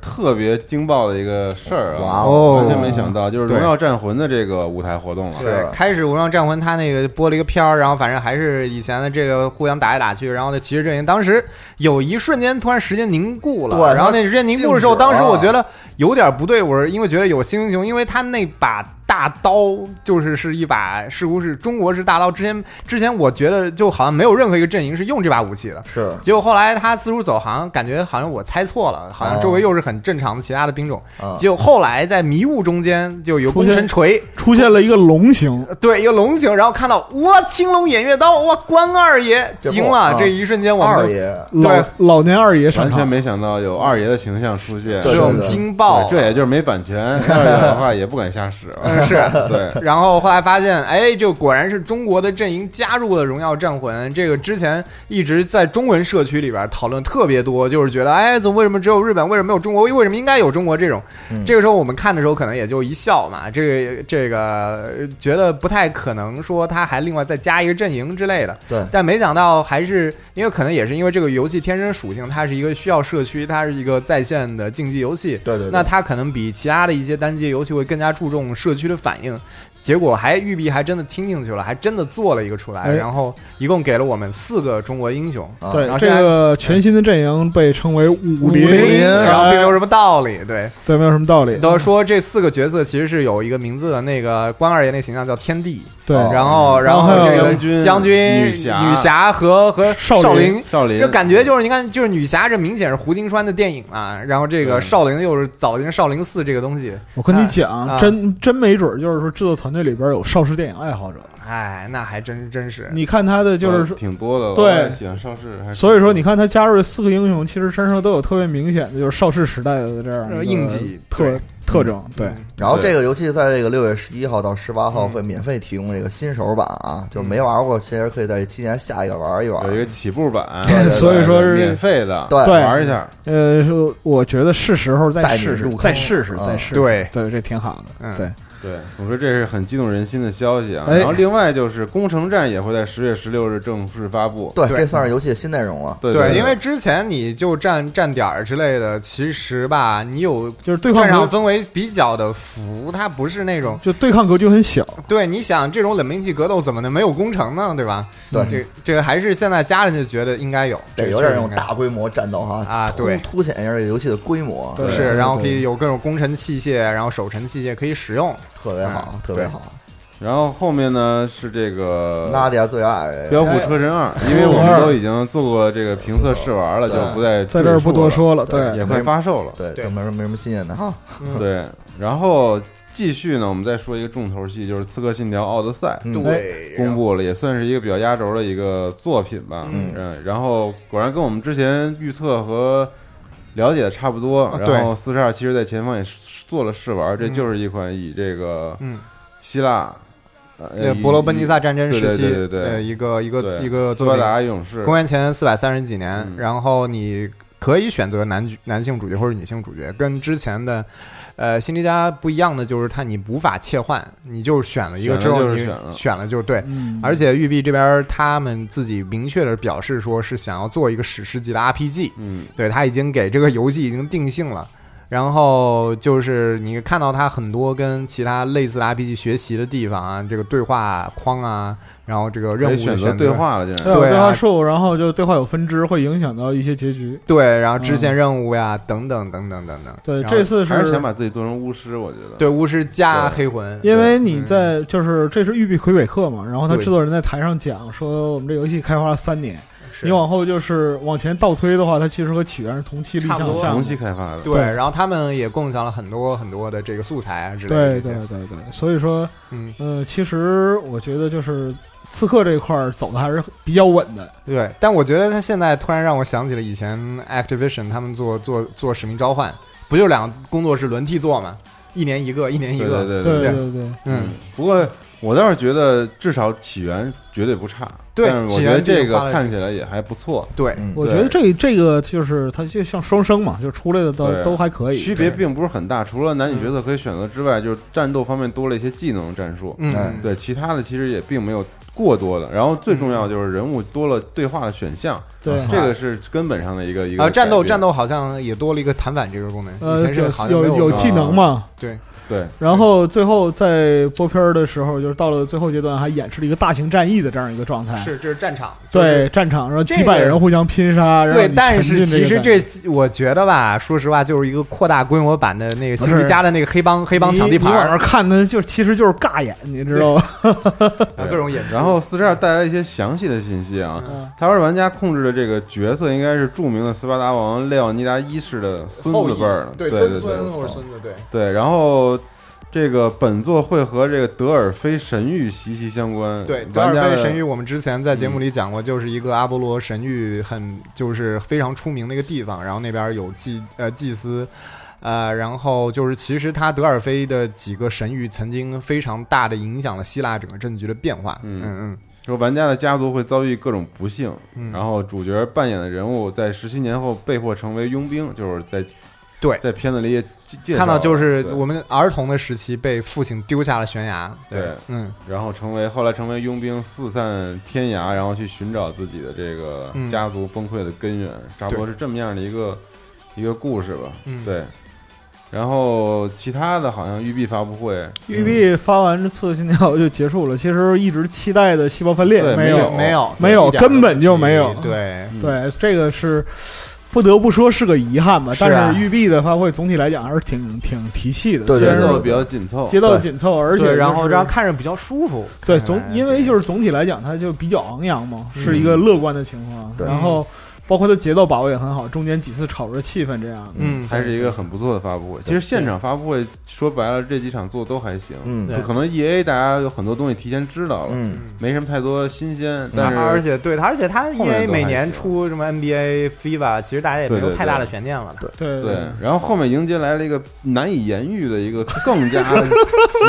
Speaker 1: 特别惊爆的一个事儿
Speaker 2: 哇
Speaker 1: 啊，
Speaker 3: 哦
Speaker 1: 完全没想到，就是《
Speaker 3: 对
Speaker 1: 荣耀战魂》的这个舞台活动了。
Speaker 2: 是
Speaker 3: 对，开始《无双战魂》他那个播了一个片儿，然后反正还是以前的这个互相打来打去，然后那骑士阵营当时有一瞬间突然时间凝固了，
Speaker 2: 对
Speaker 3: 然后那时间凝固的时候，
Speaker 2: 静止了
Speaker 3: 当时我觉得有点不对，我是因为觉得有新英雄，因为他那把大刀就是是一把似乎是中国式大刀，之前之前我觉得就好像没有任何一个阵营是用这把武器的，
Speaker 2: 是
Speaker 3: 结果后来他四处走，好像感觉好像我猜错
Speaker 2: 哦
Speaker 3: 了，好像周围又是很正常的其他的兵种。
Speaker 2: 啊，
Speaker 3: 结果后来在迷雾中间就有功臣锤，
Speaker 4: 出现了一个龙形，
Speaker 2: 呃
Speaker 3: 对一个龙形，然后看到哇青龙偃月刀，哇关二爷
Speaker 2: 这不
Speaker 3: 惊了，
Speaker 2: 啊
Speaker 3: 这一瞬间我们
Speaker 2: 二
Speaker 3: 就
Speaker 2: 爷
Speaker 4: 老老年二爷上
Speaker 1: 完全
Speaker 4: 场，
Speaker 1: 没想到有二爷的形象出现，
Speaker 3: 被
Speaker 2: 对对
Speaker 3: 我
Speaker 1: 对
Speaker 3: 们惊爆，啊
Speaker 1: 这也就是没版权， 二爷的话也不敢瞎使啊。
Speaker 3: 嗯是。
Speaker 1: 对，
Speaker 3: 然后后来发现，哎，这果然是中国的阵营加入了《荣耀战魂》。这个之前一直在中文社区里边讨论特别多，就是觉得，哎，怎么为什么只有日本，为什么没有中国，为什么应该有中国这种？
Speaker 2: 嗯
Speaker 3: 这个时候我们看的时候，可能也就一笑嘛。这个这个呃觉得不太可能说他还另外再加一个阵营之类的。
Speaker 2: 对
Speaker 3: 但没想到还是因为可能也是因为这个游戏天生属性，它是一个需要社区，它是一个在线的竞技游戏。
Speaker 2: 对对对
Speaker 3: 那它可能比其他的一些单机游戏会更加注重社区的反应。结果还育碧还真的听进去了，还真的做了一个出来，
Speaker 4: 哎
Speaker 3: 然后一共给了我们四个中国英雄。
Speaker 2: 啊
Speaker 4: 对
Speaker 3: 然后
Speaker 4: 这
Speaker 3: 现在
Speaker 4: 个全新的阵营被称为武
Speaker 2: 林
Speaker 4: 林，
Speaker 3: 然后并没有
Speaker 4: 哎
Speaker 3: 什么道理，对，
Speaker 4: 对，没有什么道理。
Speaker 3: 都说这四个角色其实是有一个名字的，那个关二爷那形象叫天帝，
Speaker 4: 对，
Speaker 2: 哦
Speaker 3: 然后
Speaker 4: 然后
Speaker 3: 后这个
Speaker 1: 将军
Speaker 3: 将军、
Speaker 1: 女侠
Speaker 3: 女侠和和
Speaker 4: 少
Speaker 3: 少
Speaker 4: 林
Speaker 3: 林
Speaker 1: 少林
Speaker 3: 这感觉就是，你看，就是女侠，这明显是胡金铨的电影啊。然后这个
Speaker 1: 嗯
Speaker 3: 少林又是早进少林寺这个东西，
Speaker 4: 我跟你
Speaker 3: 啊
Speaker 4: 讲，真真没准儿就是说制作团队里边有邵氏电影爱好者。哎，
Speaker 3: 哎，那还真真是。嗯
Speaker 4: 你看他的就是说，
Speaker 1: 嗯挺多的，
Speaker 4: 对
Speaker 1: 我也喜欢邵氏，还是
Speaker 4: 所以说你看他加入的四个英雄，其实身上都有特别明显的就是邵氏时代的这样一
Speaker 3: 呃
Speaker 4: 个
Speaker 3: 印记
Speaker 4: 特
Speaker 3: 对
Speaker 4: 特征。对，
Speaker 2: 然后这个游戏在这个六月十一号到十八
Speaker 3: 嗯
Speaker 2: 号会免费提供这个新手版啊，就是没玩过，其实可以在今年下一个玩一玩。
Speaker 1: 有一个起步 版，啊
Speaker 4: 对对所以说是
Speaker 1: 免费的，
Speaker 2: 对
Speaker 1: 玩一下。
Speaker 3: 嗯
Speaker 4: 呃，说我觉得是时候再
Speaker 2: 带你
Speaker 4: 试试
Speaker 2: 入，坑
Speaker 4: 再试试，
Speaker 2: 啊
Speaker 4: 再试试。
Speaker 3: 对
Speaker 4: 对，这挺好的。
Speaker 3: 嗯
Speaker 4: 对，
Speaker 1: 对，总之这是很激动人心的消息啊。
Speaker 4: 哎
Speaker 1: 然后另外就是《攻城战》也会在十月十六日正式发布。
Speaker 2: 对，
Speaker 3: 对
Speaker 2: 这算是游戏的新内容了。
Speaker 1: 对
Speaker 3: 对，因为之前你就站站点儿之类的，其实吧，你有
Speaker 4: 就是对
Speaker 3: 战场
Speaker 4: 抗格，
Speaker 3: 氛围比较的服，它不是那种
Speaker 4: 就对抗格局很小。
Speaker 3: 对，你想这种冷兵器格斗怎么能没有攻城呢？对吧？
Speaker 1: 嗯
Speaker 2: 对
Speaker 3: 这这个还是现在家人就觉得应该有，嗯
Speaker 2: 得
Speaker 3: 这
Speaker 2: 有点
Speaker 3: 确
Speaker 2: 那
Speaker 3: 实
Speaker 2: 种
Speaker 3: 应该
Speaker 2: 大嗯规模战斗哈，
Speaker 3: 啊
Speaker 2: 突
Speaker 3: 对
Speaker 2: 凸显一下这个游戏的规模，
Speaker 4: 对
Speaker 3: 是，然后可
Speaker 4: 对
Speaker 3: 以有各种工程器械，然后手沉器械可以使用。
Speaker 2: 特别好，
Speaker 3: 嗯
Speaker 2: 特别好。
Speaker 1: 然后后面呢是这
Speaker 2: 拉
Speaker 1: 个
Speaker 2: 迪亚最爱
Speaker 1: 《
Speaker 2: 这
Speaker 1: 标
Speaker 2: 个
Speaker 1: 酷车神二》，因为我们都已经做过这个评测试玩了，就
Speaker 3: 对
Speaker 1: 不再
Speaker 4: 哎在这儿不多
Speaker 1: 赘述
Speaker 4: 说了。
Speaker 2: 对
Speaker 1: 了，
Speaker 4: 对，
Speaker 1: 也快发售了。
Speaker 2: 对，
Speaker 3: 对
Speaker 2: 都没什么没什么新鲜的哈。
Speaker 3: 嗯
Speaker 1: 对，然后继续呢，我们再说一个重头戏，就是《刺客信条：奥德赛》。
Speaker 2: 嗯
Speaker 3: 对
Speaker 1: 公布了，也算是一个比较压轴的一个作品吧。
Speaker 3: 嗯
Speaker 1: 然后果然跟我们之前预测和了解的差不多。
Speaker 3: 啊对
Speaker 1: 然后四十二其实在前方也是做了试玩，这就是一款以这个
Speaker 3: 嗯，
Speaker 1: 希腊、呃
Speaker 3: 对，伯罗奔尼撒战争时期
Speaker 1: 对
Speaker 3: 呃
Speaker 1: 对对对对
Speaker 3: 的一个一个一个
Speaker 1: 斯
Speaker 3: 作
Speaker 1: 巴
Speaker 3: 品，
Speaker 1: 达勇士
Speaker 3: 公元前四百三十几年
Speaker 1: 嗯，
Speaker 3: 然后你可以选择男主男性主角或者女性主角，跟之前的呃辛迪加不一样的就是它你无法切换，你就是选了一个之
Speaker 1: 选
Speaker 3: 后
Speaker 1: 了就是
Speaker 3: 你
Speaker 1: 选了
Speaker 3: 选了就对。
Speaker 4: 嗯，
Speaker 3: 而且育碧这边他们自己明确的表示说是想要做一个史诗级的 RPG，
Speaker 1: 嗯，
Speaker 3: 对他已经给这个游戏已经定性了。然后就是你看到他很多跟其他类似的 RPG 学习的地方啊，这个对话框啊，然后这个任
Speaker 1: 可
Speaker 3: 务
Speaker 1: 以
Speaker 3: 的选
Speaker 1: 择对，话了，竟
Speaker 4: 对
Speaker 1: 然。
Speaker 4: 有
Speaker 3: 对啊
Speaker 4: 对话术，然后就对话有分支，会影响到一些结局。
Speaker 3: 对，然后支线任务呀，等等等等等等。
Speaker 4: 对，
Speaker 3: 然后
Speaker 4: 这次
Speaker 1: 还是想把自己做成巫师，我觉得。
Speaker 3: 对巫师加
Speaker 1: 对
Speaker 3: 黑魂，
Speaker 4: 因为你
Speaker 3: 嗯
Speaker 4: 在就是这是育碧魁北克嘛，然后他
Speaker 3: 对
Speaker 4: 制作人在台上讲说我们这游戏开发了三年，
Speaker 3: 是
Speaker 4: 你往后就是往前倒推的话，它其实和起源是同期立
Speaker 3: 差不
Speaker 4: 项
Speaker 3: 多
Speaker 4: 项
Speaker 1: 长。
Speaker 4: 目
Speaker 1: 期开发的，
Speaker 3: 对，
Speaker 4: 对
Speaker 3: 然后他们也共享了很多很多的这个素材啊之类
Speaker 4: 对
Speaker 3: 的这些。
Speaker 4: 对对对，所以说，
Speaker 3: 嗯，
Speaker 4: 呃，其实我觉得就是刺客这一块儿走的还是比较稳的。
Speaker 3: 对。但我觉得他现在突然让我想起了以前 Activision 他们做做做使命召唤，不就两个工作室轮替做嘛，一年一个，一年一
Speaker 1: 对
Speaker 3: 个。
Speaker 1: 对对
Speaker 4: 对
Speaker 3: 对
Speaker 4: 对对，
Speaker 3: 嗯，
Speaker 1: 不过我倒是觉得，至少起源绝对不差。
Speaker 3: 对
Speaker 1: 但是我
Speaker 3: 起
Speaker 1: 觉
Speaker 3: 源
Speaker 1: 得这
Speaker 3: 这个花
Speaker 1: 个
Speaker 3: 了
Speaker 1: 看起来也还不错，
Speaker 3: 对，啊
Speaker 2: 嗯
Speaker 4: 我觉得这这个就是它就像双生嘛，就出来的都
Speaker 1: 对
Speaker 4: 都还可以。
Speaker 1: 区别并不是很大。除了男
Speaker 3: 嗯
Speaker 1: 女角色可以选择之外，就是战斗方面多了一些技能战术，
Speaker 3: 嗯
Speaker 2: 哎，
Speaker 1: 对其他的其实也并没有过多的。然后最重要的就是人物多了对话的选项，
Speaker 4: 对，
Speaker 1: 这个是根本上的一个一个
Speaker 3: 啊，战斗
Speaker 1: 改变
Speaker 3: 战斗好像也多了一个弹反这个功能，以
Speaker 4: 呃，
Speaker 3: 前是
Speaker 4: 有
Speaker 3: 好像没
Speaker 4: 有有
Speaker 3: 的啊
Speaker 4: 技能嘛？
Speaker 3: 对，
Speaker 1: 对
Speaker 4: 然后最后在播片儿的时候，就是到了最后阶段，还演示了一个大型战役的这样一个状态。
Speaker 3: 是这是战场，就是
Speaker 4: 对战场上
Speaker 3: 这
Speaker 4: 几百
Speaker 3: 个
Speaker 4: 人互相拼杀，然后
Speaker 3: 对，
Speaker 4: 你
Speaker 3: 但
Speaker 4: 沉
Speaker 3: 是
Speaker 4: 浸
Speaker 3: 其
Speaker 4: 个
Speaker 3: 实
Speaker 4: 感
Speaker 3: 这我觉得吧，说实话，就是一个扩大规模版的那个
Speaker 4: 不
Speaker 3: 辛迪
Speaker 4: 是
Speaker 3: 加的那个黑帮黑帮抢地
Speaker 4: 你
Speaker 3: 盘
Speaker 4: 你往那
Speaker 3: 儿，嗯
Speaker 4: 儿看它就其实就是尬演，你知道 吗？
Speaker 3: 然后各种演出。
Speaker 1: 然后四十二带来一些详细的信息啊。
Speaker 4: 嗯
Speaker 1: 台湾玩家控制的这个角色应该是著名的斯巴达王列奥尼达一世的孙
Speaker 3: 后
Speaker 1: 子
Speaker 3: 裔
Speaker 1: 辈儿了，对对对，
Speaker 3: 孙子，对，
Speaker 1: 对，然后这个本作会和这个德尔菲神域息息相关。
Speaker 3: 对，德
Speaker 1: 玩
Speaker 3: 尔
Speaker 1: 家
Speaker 3: 菲
Speaker 1: 的
Speaker 3: 神域，我们之前在节目里讲过，就是一个阿波罗神域很就是非常出名的一个地方，然后那边有祭呃祭司。呃，然后就是，其实他德尔菲的几个神域曾经非常大的影响了希腊整个政局的变化。
Speaker 1: 嗯
Speaker 3: 嗯
Speaker 1: 说玩家的家族会遭遇各种不幸，
Speaker 3: 嗯，
Speaker 1: 然
Speaker 3: 后
Speaker 1: 后主角扮演的人物在十七年后被迫成为佣兵，就是在
Speaker 3: 对
Speaker 1: 在片子里也介介绍
Speaker 3: 嗯看到就是
Speaker 1: 对
Speaker 3: 我们儿童的时期被父亲丢下了悬崖。
Speaker 1: 对
Speaker 3: 嗯，
Speaker 1: 然后成为后来成为佣兵，四散天涯，然后去寻找自己的这个
Speaker 3: 嗯
Speaker 1: 家族崩溃的根源，差不多是这么样的一个一个故事吧。
Speaker 3: 嗯
Speaker 1: 对，然后其他的好像育碧发布会
Speaker 4: 育碧发完这次心跳就结束了，其实一直期待的细胞分裂
Speaker 1: 对
Speaker 4: 没
Speaker 1: 没
Speaker 4: 有
Speaker 1: 有
Speaker 3: 没有
Speaker 4: 没有
Speaker 3: 一点儿
Speaker 4: 根本就没有
Speaker 3: 对，
Speaker 1: 嗯
Speaker 4: 对，这个是不得不说是个遗憾吧。
Speaker 3: 是啊
Speaker 4: 但是育碧的发布会总体来讲还是挺挺提气的，
Speaker 2: 对
Speaker 4: 虽
Speaker 1: 节
Speaker 4: 然
Speaker 2: 对
Speaker 1: 奏
Speaker 4: 说
Speaker 1: 比较紧凑，
Speaker 4: 节奏
Speaker 2: 对
Speaker 4: 紧凑，而且
Speaker 3: 对然
Speaker 4: 就
Speaker 3: 后
Speaker 4: 是
Speaker 3: 让看着比较舒服。
Speaker 4: 对，
Speaker 3: 看着
Speaker 4: 总因为就是总体来讲，它就比较昂扬嘛，是一个
Speaker 3: 嗯
Speaker 4: 乐观的情况。
Speaker 2: 对
Speaker 4: 然后包括它节奏把握也很好，中间几次炒热气氛这样的。
Speaker 3: 嗯，
Speaker 1: 还是一个很不错的发布会。其实现场发布会说白了，这几场做都还行，
Speaker 2: 嗯
Speaker 1: 就可能 E A 大家有很多东西提前知道了，
Speaker 2: 嗯，
Speaker 1: 没什么太多新鲜，
Speaker 3: 对。
Speaker 1: 但
Speaker 3: 他嗯而
Speaker 1: 是
Speaker 3: 且对他，而且他因
Speaker 1: 后面
Speaker 3: 为
Speaker 1: 都
Speaker 3: 每
Speaker 1: 还
Speaker 3: 年
Speaker 1: 行
Speaker 3: 出什么 NBA、FIBA，其实大家也没
Speaker 1: 对
Speaker 3: 有
Speaker 1: 对
Speaker 3: 太大
Speaker 1: 对
Speaker 3: 的悬念了吧？
Speaker 4: 对
Speaker 1: 对，然后后面迎接来了一个难以言喻的一个更 加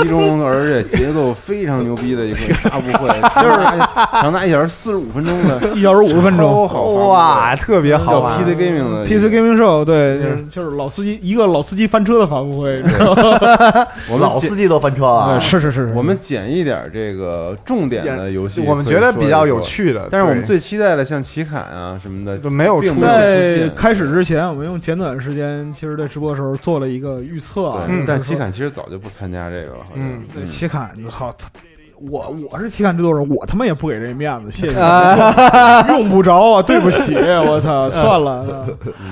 Speaker 1: 集中而且节奏非常牛逼的一个发布 会，就是长达一小时四十五分钟的
Speaker 4: 一小时五十分钟
Speaker 1: 超好发布会
Speaker 3: 哇，，特别
Speaker 1: 哦叫
Speaker 3: 好玩
Speaker 1: PC Gaming 的
Speaker 4: ，PC Gaming Show，对，就是
Speaker 3: 嗯
Speaker 4: 就是老司机一个老司机翻车的发布会，嗯是吧
Speaker 1: 我们
Speaker 2: 老
Speaker 1: 简
Speaker 2: 司机都翻车
Speaker 3: 嗯
Speaker 2: 了，啊
Speaker 4: 是是是，是
Speaker 1: 我们捡一点这个重点的游戏，
Speaker 3: 我们觉得比较有
Speaker 1: 趣。
Speaker 3: 趣的。
Speaker 1: 但是我们
Speaker 3: 对
Speaker 1: 最期待的像奇坎啊什么的，
Speaker 3: 就没有
Speaker 1: 并
Speaker 3: 出
Speaker 1: 没有
Speaker 3: 现
Speaker 1: 出
Speaker 4: 在
Speaker 1: 现
Speaker 4: 开始之前，我们用简短的时间，其实在直播的时候做了一个预测啊
Speaker 1: 对，
Speaker 3: 嗯
Speaker 1: 但
Speaker 4: 就是
Speaker 1: 奇
Speaker 4: 说
Speaker 1: 坎其实早就不参加这个了，好像
Speaker 3: 嗯
Speaker 4: 对奇坎，我操，他我我是奇坎制作人，我他妈也不给人面子，谢谢，用不着啊，对不 起，我操，算了，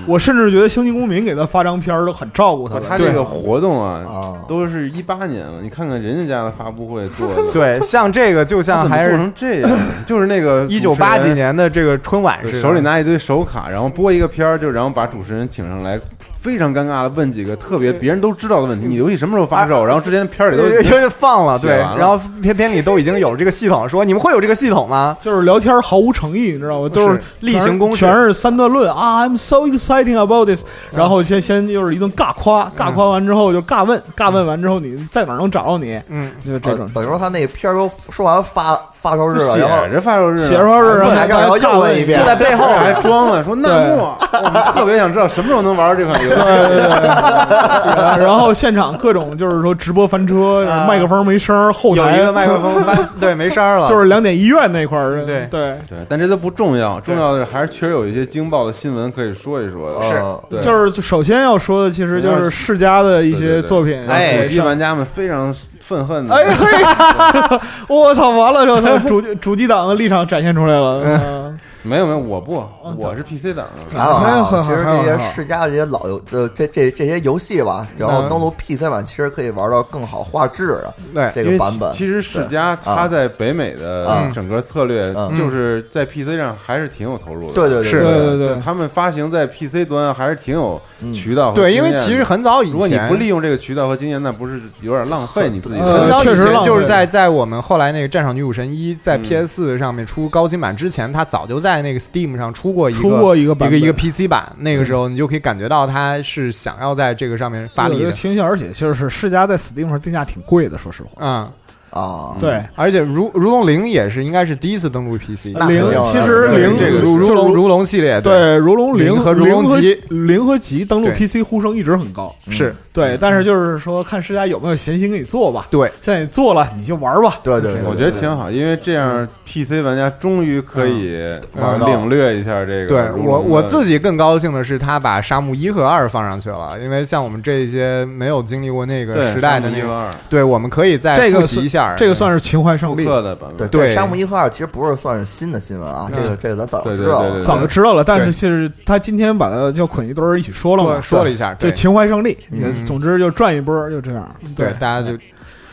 Speaker 4: 我甚至觉得星际公民给他发张片儿都很照顾他
Speaker 1: 哇
Speaker 4: 了，
Speaker 1: 嗯他这个活动啊，
Speaker 2: 啊，
Speaker 1: 都是一八年了，你看看人家家的发布会 做的，
Speaker 3: 对，像这个就
Speaker 1: 他
Speaker 3: 像
Speaker 1: 怎么
Speaker 3: 还
Speaker 1: 做
Speaker 3: 是
Speaker 1: 成这样？就是那个
Speaker 3: 一九八几
Speaker 1: 主持人
Speaker 3: 年的这个春晚似的，
Speaker 1: 手里拿一堆手卡，然后播一个片儿，就然后把主持人请上来。非常尴尬的问几个特别别人都知道的问题，你游戏什么时候发售？然后之前片儿里都
Speaker 3: 啊对，就放了，
Speaker 1: 写
Speaker 3: 对，
Speaker 1: 完了
Speaker 3: 然后片片里都已经有这个系统，说你们会有这个系统吗？
Speaker 4: 就是聊天毫无诚意，你知道吗？都
Speaker 3: 是例行公事啊
Speaker 4: 全是三段论啊！I'm so exciting about this。然后先先就是一顿尬夸，尬夸完之后就尬问，尬问完之后你在哪儿能找到你？
Speaker 3: 嗯，
Speaker 4: 就这
Speaker 2: 呃
Speaker 4: 种
Speaker 2: 等于说他那片儿都说完发发售日了，
Speaker 1: 啊写
Speaker 2: 然后
Speaker 1: 着发售
Speaker 3: 啊
Speaker 1: 日呢，
Speaker 4: 写着说是
Speaker 2: 问一下然后又问一遍
Speaker 3: 就在背后
Speaker 1: 还装了说弹幕，我们特别想知道什么时候能玩这款游戏。
Speaker 4: 然后 现场各种就是说直播翻车，
Speaker 3: 啊
Speaker 4: 麦克风没声儿，后
Speaker 3: 有
Speaker 4: 台
Speaker 3: 一个麦克风 翻，对，没声儿了，
Speaker 4: 就是两点医院那块儿，
Speaker 3: 对
Speaker 4: 对，
Speaker 1: 对，但这都不重要，重要的是还是确实有一些惊爆的新闻可以说一说的。啊
Speaker 3: 是
Speaker 2: 呃
Speaker 1: 对，
Speaker 4: 就是首先要说的，其实就是世嘉的一些作品，哎
Speaker 1: 让
Speaker 3: 哎
Speaker 1: 主机玩家们非常愤恨的。
Speaker 4: 哎嘿，我操，完了之后，他主主机党的立场展现出来了，嗯吗？
Speaker 1: 没有没有，我不，
Speaker 4: 嗯
Speaker 1: 我是 PC 党的。
Speaker 2: 还好
Speaker 4: 还
Speaker 2: 还
Speaker 4: 好
Speaker 2: 好，其实
Speaker 4: 还好
Speaker 2: 这些
Speaker 4: 还好
Speaker 2: 世嘉的这些老游，呃，这这这些游戏吧，然后登录 PC 版，其实可以玩到更好画质的
Speaker 3: 对，
Speaker 2: 这
Speaker 1: 因为
Speaker 2: 个版本。
Speaker 1: 其其实世嘉它在北美的
Speaker 2: 嗯
Speaker 1: 整个策略
Speaker 2: 嗯，
Speaker 1: 就是在 PC 上还是挺有投入的。
Speaker 2: 对对对
Speaker 3: 是
Speaker 4: 对对
Speaker 1: 对他们发行在 PC 端还是挺有渠道和
Speaker 3: 对，因
Speaker 1: 经
Speaker 3: 为
Speaker 1: 验的
Speaker 3: 其实很早以前，
Speaker 1: 如果你不利用这个渠道和经验，那不是有点浪费你自己的？
Speaker 3: 很
Speaker 4: 呃
Speaker 3: 早以
Speaker 4: 确实浪
Speaker 3: 前
Speaker 4: 费
Speaker 3: 就是
Speaker 4: 了
Speaker 3: 在在我们后来那个《战场女武神一》在
Speaker 1: 嗯
Speaker 3: PS 上面出高清版之前，它早就在那个 Steam 上出过一个
Speaker 4: 出过一个
Speaker 3: 一
Speaker 4: 版
Speaker 3: 个
Speaker 4: 本嗯
Speaker 3: 一个 PC 版。那个时候你就可以感觉到它是想要在这个上面发
Speaker 4: 有
Speaker 3: 力
Speaker 4: 一个
Speaker 3: 的。
Speaker 4: 倾向，而且就是世嘉在 Steam 上定价挺贵的，说实话。
Speaker 3: 嗯，
Speaker 2: 啊，
Speaker 4: 对，
Speaker 3: 而且如如龙零也是应该是第一次登陆 PC，
Speaker 2: 那肯定
Speaker 4: 零
Speaker 2: 啊
Speaker 4: 其实
Speaker 2: 那肯定
Speaker 4: 零
Speaker 1: 这个是
Speaker 3: 如
Speaker 4: 就
Speaker 3: 如
Speaker 4: 是
Speaker 3: 龙如龙系列
Speaker 4: 对如龙
Speaker 3: 零
Speaker 4: 零
Speaker 3: 和如龙级
Speaker 4: 零和级登陆
Speaker 3: 对嗯
Speaker 4: PC 呼声一直很高。
Speaker 3: 是
Speaker 4: 对，但是就是说看世嘉有没有闲心给你做吧。
Speaker 3: 对
Speaker 4: 现在你做了你就玩吧。
Speaker 2: 对对，对
Speaker 1: 我觉得挺好，因为这样 PC 玩家终于可以呃
Speaker 2: 玩到
Speaker 1: 领略一下这个。
Speaker 3: 嗯对我我自
Speaker 1: 己
Speaker 3: 己更高兴的是，他把沙漠一和二放上去了，因为像我们这些没有经历过那个时代的那
Speaker 1: 个
Speaker 3: 个，
Speaker 1: 二
Speaker 3: 对，我们可以再
Speaker 4: 这个
Speaker 3: 复习一下，
Speaker 4: 这个算是情怀胜
Speaker 1: 复
Speaker 4: 利，
Speaker 1: 刻的版
Speaker 2: 对
Speaker 1: 本。
Speaker 3: 对
Speaker 2: 但沙漠一和二其实不是算是新的新闻啊，这个这个咱早就
Speaker 1: 对对
Speaker 2: 知道
Speaker 1: 对对
Speaker 2: 了。
Speaker 1: 对，
Speaker 4: 早
Speaker 1: 对
Speaker 4: 就知道了。但
Speaker 3: 对
Speaker 4: 是就是他今天把它就捆一堆儿一起说了嘛，
Speaker 3: 说说了一下，
Speaker 4: 对
Speaker 3: 对
Speaker 4: 就情怀胜利。也
Speaker 3: 嗯
Speaker 4: 总之就赚一波儿，就这样。
Speaker 3: 对，大家就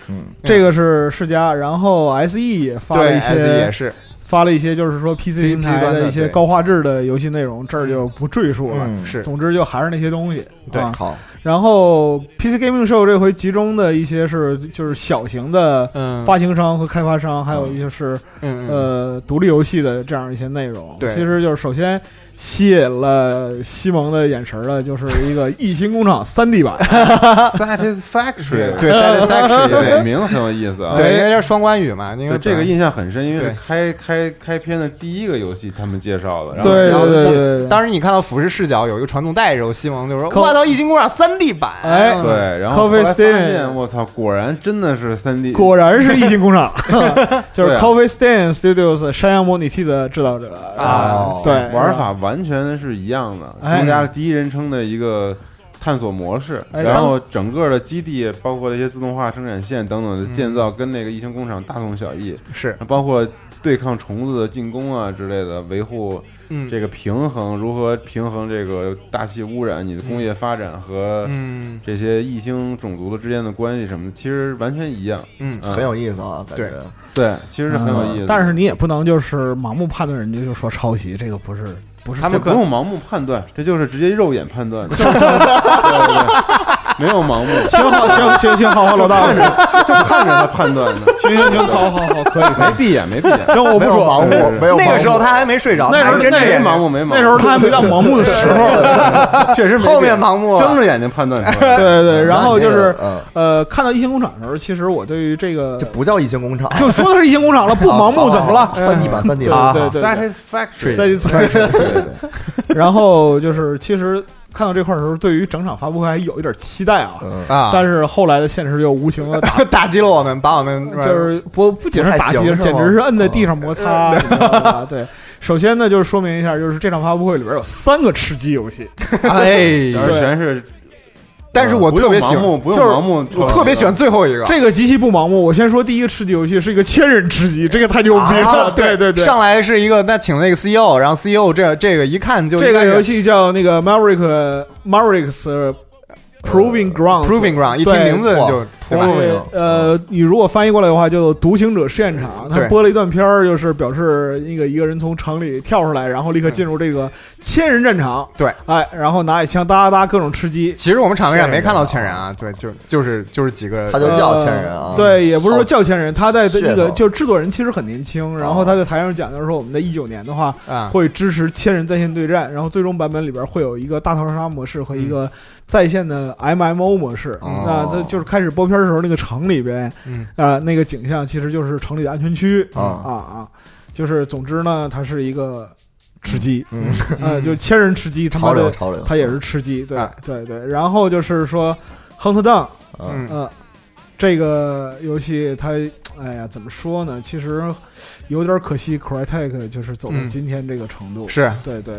Speaker 2: 嗯，
Speaker 4: 这个是世嘉，然后 S E 也发了
Speaker 3: 对
Speaker 4: 一
Speaker 3: S 也
Speaker 4: 些
Speaker 3: 是，
Speaker 4: 发了一些，就是说 P C 平台
Speaker 3: 端的
Speaker 4: 一些
Speaker 3: 对
Speaker 4: 高画质的游戏内容，这儿就不赘述了。
Speaker 2: 嗯，
Speaker 3: 是
Speaker 4: 总之就还是那些东西。
Speaker 3: 对
Speaker 4: 啊
Speaker 2: 好，
Speaker 4: 然后 P C Gaming Show 这回集中的一些是就是小型的
Speaker 3: 嗯，
Speaker 4: 发行商和开发商，还有一些是
Speaker 3: 嗯嗯
Speaker 4: 呃独立游戏的这样一些内容。
Speaker 3: 对
Speaker 4: 其实就是首先吸引了西蒙的眼神儿的，就是一个《异形工厂》 三 D 版，
Speaker 1: Satisfactory，
Speaker 3: 对 satisfaction
Speaker 1: 这
Speaker 3: 对
Speaker 1: 名字很有意思啊。
Speaker 3: 对，因为这是双关语嘛，因
Speaker 1: 对
Speaker 3: 为
Speaker 1: 这个印象很深，因为是
Speaker 3: 对
Speaker 1: 开开开篇的第一个游戏他们介绍的，然后
Speaker 4: 对
Speaker 3: 然后
Speaker 4: 对对
Speaker 3: 就
Speaker 4: 对对
Speaker 3: 当时你看到俯视视角有一个传送带的时候，西蒙就说：“
Speaker 4: 可
Speaker 3: 哇，到异形工厂三 D 版。”
Speaker 4: 哎
Speaker 3: 嗯，
Speaker 1: 对，然后后
Speaker 4: Coffee
Speaker 1: 来发
Speaker 4: Stain
Speaker 1: 现我操，果然真的是三 D，
Speaker 4: 果然是《异形 工厂》，就是
Speaker 1: 对啊
Speaker 4: Coffee Stain Studios 山羊模拟器的制造者
Speaker 2: 啊
Speaker 4: 对，
Speaker 1: 哎玩法完全是一样的，
Speaker 4: 哎
Speaker 1: 增加了第一人称的一个探索模式，
Speaker 4: 哎
Speaker 1: 然后整个的基地包括那些自动化生产线等
Speaker 4: 嗯
Speaker 1: 等的建造，跟那个异形工厂大同小异，
Speaker 3: 是，
Speaker 1: 包括对抗虫子的进攻啊之类的，维护
Speaker 3: 嗯
Speaker 1: 这个平衡，如何平衡这个大气污染、你的工业发展和
Speaker 3: 嗯
Speaker 1: 这些异星种族的之间的关系什么的，其实完全一样。
Speaker 3: 嗯，
Speaker 1: 嗯
Speaker 2: 很有意思啊，感觉
Speaker 3: 对
Speaker 1: 对，其实是很有意思的。
Speaker 4: 嗯但是你也不能就是盲目判断人家就说抄袭，这个不是不是
Speaker 1: 他们不
Speaker 4: 这个
Speaker 1: 用盲目判断，这就是直接肉眼判断 的，对对对，没有盲目，
Speaker 4: 行好行行行好好老大
Speaker 1: 看着就看着他判断的，
Speaker 4: 行行行好好好可以可
Speaker 1: 没闭眼没闭眼，
Speaker 4: 以 行我不
Speaker 2: 没有
Speaker 4: 说
Speaker 2: 盲
Speaker 1: 是
Speaker 2: 目
Speaker 1: 是，
Speaker 2: 没有
Speaker 3: 那
Speaker 2: 盲
Speaker 3: 个
Speaker 2: 目
Speaker 3: 时候他还没睡着，
Speaker 4: 那时候
Speaker 3: 他还真
Speaker 4: 那
Speaker 3: 是
Speaker 1: 没
Speaker 4: 时候
Speaker 1: 盲目没盲目，
Speaker 4: 那时 候他还没到盲目的时候，
Speaker 1: 确实没闭眼
Speaker 3: 后面盲目
Speaker 1: 睁
Speaker 3: 了，
Speaker 1: 着眼睛判断出
Speaker 4: 对
Speaker 1: 来。
Speaker 4: 对对，然后就
Speaker 2: 那
Speaker 4: 是
Speaker 2: 个嗯，
Speaker 4: 呃看到异形工厂的时候，其实我对于这个
Speaker 2: 这不叫异形工厂，
Speaker 4: 就说的是异形工厂了，不盲目怎么了？啊
Speaker 2: 三 D 版，三 D
Speaker 4: 对
Speaker 2: 版，
Speaker 4: 对对对，
Speaker 1: Satisfactory，
Speaker 4: 再一次开始。
Speaker 1: 对对对
Speaker 4: 然后就是其实看到这块儿的时候，对于整场发布会还有一点期待啊，
Speaker 2: 嗯，
Speaker 3: 啊，
Speaker 4: 但是后来的现实又无情的打，
Speaker 3: 是打击了我们，把我们
Speaker 4: 就是不不仅是打击
Speaker 2: 不太，行是
Speaker 4: 简
Speaker 2: 吗
Speaker 4: 直是摁在地上摩擦，你知道吧？对。首先呢，就是说明一下，就是这场发布会里边有三个吃鸡游戏，
Speaker 3: 哎，
Speaker 1: 主要是全是，
Speaker 3: 但是我特别喜
Speaker 1: 不用盲
Speaker 3: 欢，
Speaker 1: 目，不
Speaker 4: 就
Speaker 1: 用
Speaker 4: 是
Speaker 1: 盲目，
Speaker 3: 我特别喜欢最后一个，
Speaker 4: 这个极其不盲目。我先说第一个吃鸡游戏是一个千人吃鸡，这个太牛逼
Speaker 3: 啊
Speaker 4: 了，对对对。
Speaker 3: 上来是一个，那请那个 CEO，然后 CEO 这这个一看就
Speaker 4: 这个
Speaker 3: 应该是
Speaker 4: 游戏叫那个 Maverick Mavericks Proving Ground。
Speaker 3: Proving Ground，一听
Speaker 4: 对
Speaker 3: 名字就对吧？
Speaker 2: Proving
Speaker 4: 呃，你如果翻译过来的话，就《独行者试验场》，他
Speaker 3: 对
Speaker 4: 播了一段片儿，就是表示那个一个人从城里跳出来，然后立
Speaker 2: 嗯
Speaker 4: 刻进入这个千人战场。
Speaker 3: 对，
Speaker 4: 哎，然后拿起枪哒哒哒各种吃鸡。
Speaker 3: 其实我们场面上没看到千人啊，对，就就是就是几个，
Speaker 2: 他就叫千人啊
Speaker 4: 呃对，也不是说叫千人，他在
Speaker 2: 噱头哦
Speaker 4: 那个就制作人其实很年轻，然后他在台上讲就是说，我们在一九年的话
Speaker 3: 啊，
Speaker 4: 会支持千人在线对战，然后最终版本里边会有一个大逃杀模式和一个在线的 MMO 模式。
Speaker 2: 嗯哦
Speaker 4: 那这就是开始播片儿的时候，那个城里边，
Speaker 3: 嗯
Speaker 4: 呃，那个景象其实就是城里的安全区
Speaker 2: 啊
Speaker 4: 啊啊，就是总之呢，它是一个吃 鸡，
Speaker 2: 嗯，
Speaker 4: 呃，就千人吃鸡，他
Speaker 2: 潮
Speaker 4: 妈
Speaker 2: 流
Speaker 4: 的
Speaker 2: 潮流，嗯
Speaker 4: 它也是吃鸡，对
Speaker 3: 哎
Speaker 4: 对对。然后就是说 Hunt Down，
Speaker 2: 嗯，
Speaker 3: 嗯
Speaker 4: 呃，这个游戏它，哎呀，怎么说呢？其实有点可惜，Crytek 就是走到
Speaker 3: 嗯
Speaker 4: 今天这个程度，
Speaker 3: 是，
Speaker 4: 对对，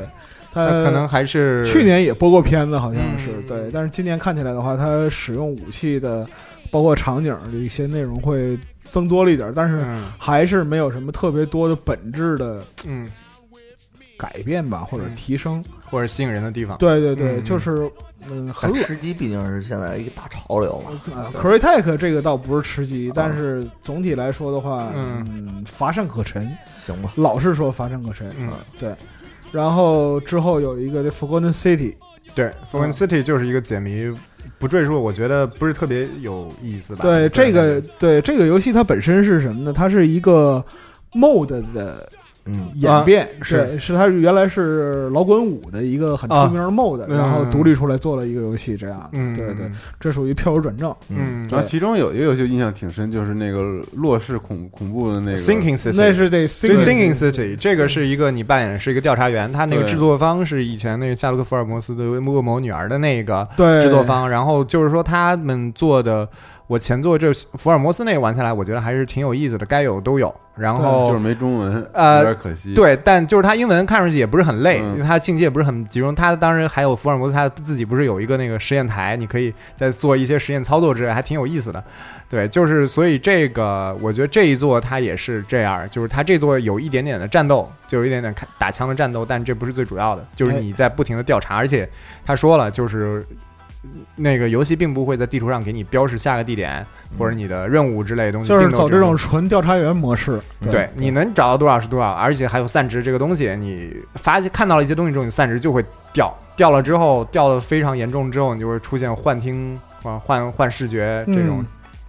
Speaker 3: 那
Speaker 4: 它
Speaker 3: 可能还是
Speaker 4: 去年也播过片子，好像
Speaker 3: 嗯
Speaker 4: 是、对，但是今年看起来的话，它使用武器的，包括场景的一些内容会增多了一点，但是
Speaker 3: 嗯
Speaker 4: 还是没有什么特别多的本质的
Speaker 3: 嗯
Speaker 4: 改变吧，或者提升。
Speaker 3: 或者吸引人的地方。
Speaker 4: 嗯对对对，
Speaker 3: 啊嗯
Speaker 4: 就是嗯，很
Speaker 2: 但
Speaker 4: 恶
Speaker 2: 吃鸡毕竟是现在一个大潮流嘛，
Speaker 4: 啊 c r y t e c 这个倒不是吃鸡，
Speaker 2: 啊
Speaker 4: 但是总体来说的话，
Speaker 3: 嗯
Speaker 4: 嗯，乏善可陈，
Speaker 2: 行吧？
Speaker 4: 老是说乏善可陈。
Speaker 3: 嗯，
Speaker 4: 然后之后有一个这 Forgotten City，
Speaker 3: 对，《f o r e n City》就是一个解谜，不赘述，我觉得不是特别有意思吧？
Speaker 4: 对这个
Speaker 3: 啊对
Speaker 4: 对这个游戏它本身是什么呢？它是一个 MOD 的
Speaker 2: 嗯，
Speaker 4: 演变，
Speaker 3: 是
Speaker 4: 对是它原来是老滚五的一个很出名的 MOD，、
Speaker 3: 嗯
Speaker 4: 然后独立出来做了一个游戏，这样，
Speaker 3: 嗯，
Speaker 4: 对对，，这属于票友转正，
Speaker 3: 嗯，
Speaker 1: 然后其中有一个游戏印象挺深，就是那个洛氏恐恐怖的那个
Speaker 3: Thinking City，
Speaker 4: 那是得
Speaker 3: 对
Speaker 4: Singing
Speaker 3: Thinking City，这个是一个你扮演是一个调查员，他那个
Speaker 1: 对
Speaker 3: 制作方是以前那个夏洛克·福尔摩斯的《恶魔女儿》的那个
Speaker 4: 对
Speaker 3: 制作方，然后就是说他们做的，我前作这福尔摩斯那个玩下来，我觉得还是挺有意思的，该有都有，然后
Speaker 1: 就是没中文，
Speaker 3: 呃
Speaker 1: 有点可惜。，
Speaker 3: 对，但就是他英文看上去也不是很累，
Speaker 1: 嗯
Speaker 3: 因为他境界不是很集中。他当时还有福尔摩斯，他自己不是有一个那个实验台，你可以在做一些实验操作之类，还挺有意思的。对，就是所以这个，我觉得这一座它也是这样，就是它这座有一点点的战斗，就有一点点看打枪的战斗，但这不是最主要的，就是
Speaker 4: 哎
Speaker 3: 你在不停的调查，而且他说了，就是那个游戏并不会在地图上给你标示下个地点或者你的任务之类的东西，
Speaker 4: 嗯就是
Speaker 3: 并没有
Speaker 4: 走这
Speaker 3: 种
Speaker 4: 种纯调查员模式，
Speaker 3: 对，你能找到多少是多少，而且还有散值这个东西，你发现看到了一些东西之后，你散值就会掉，掉了之后掉的非常严重之后，你就会出现幻听或幻幻视觉这种、
Speaker 4: 嗯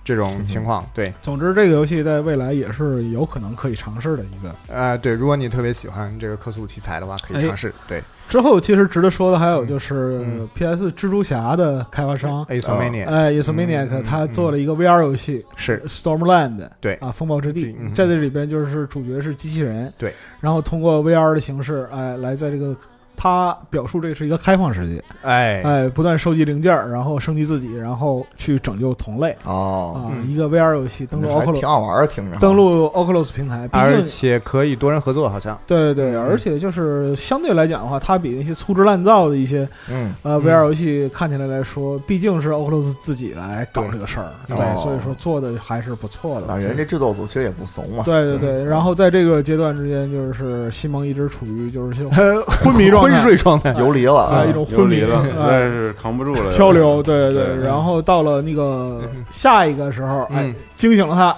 Speaker 3: 这种情况。对，
Speaker 4: 总之，这个游戏在未来也是有可能可以尝试的一个。
Speaker 3: 呃，对，如果你特别喜欢这个克苏题材的话，可以
Speaker 4: 哎
Speaker 3: 尝试。对
Speaker 4: 之后，其实值得说的还有就是
Speaker 3: 嗯嗯
Speaker 4: PS 蜘蛛侠的开发商，
Speaker 3: a s o m a n i a
Speaker 4: 哎 i s o m a n i a
Speaker 3: 嗯
Speaker 4: c
Speaker 3: 嗯
Speaker 4: 他做了一个 VR 游戏
Speaker 3: 是
Speaker 4: Stormland，
Speaker 3: 对
Speaker 4: 啊，风暴之地
Speaker 3: 嗯，
Speaker 4: 在这里边就是主角是机器人，
Speaker 3: 对，
Speaker 4: 然后通过 VR 的形式，哎，来在这个。他表述这是一个开放世界，
Speaker 3: 哎
Speaker 4: 哎，不断收集零件儿，然后升级自己，然后去拯救同类
Speaker 2: 哦，
Speaker 4: 啊！
Speaker 3: 嗯
Speaker 4: 一个 VR 游戏登
Speaker 2: 那
Speaker 4: 录
Speaker 2: 还挺
Speaker 4: Oculus，
Speaker 2: 好玩的，听着。
Speaker 4: 登录 Oculus 平台，毕
Speaker 3: 而
Speaker 4: 竟
Speaker 3: 且可以多人合作，好 像
Speaker 4: 对对，
Speaker 3: 嗯
Speaker 4: 而且就是相对来讲的话，它比那些粗制滥造的一些
Speaker 2: 嗯，
Speaker 4: 呃
Speaker 3: 嗯
Speaker 4: VR 游戏看起来来说，毕竟是 Oculus 自己来搞这个事儿，
Speaker 3: 对
Speaker 4: 对
Speaker 2: 哦，
Speaker 4: 所以说做的还是不错
Speaker 2: 那
Speaker 4: 的。
Speaker 2: 人这制作组其实也不怂嘛，
Speaker 4: 对对对，然后在这个阶段之间，就是西蒙一直处于就是 就
Speaker 3: 昏
Speaker 4: 迷状态
Speaker 3: 昏睡状态。
Speaker 2: 游离了
Speaker 4: 啊
Speaker 2: 啊
Speaker 4: 一，种
Speaker 1: 游
Speaker 4: 昏迷
Speaker 1: 离了，实在
Speaker 4: 哎
Speaker 1: 是扛不住了，
Speaker 4: 漂流，对
Speaker 1: 对
Speaker 4: 然后到了那个
Speaker 3: 嗯
Speaker 4: 下一个时候，哎
Speaker 3: 嗯，
Speaker 4: 惊醒了他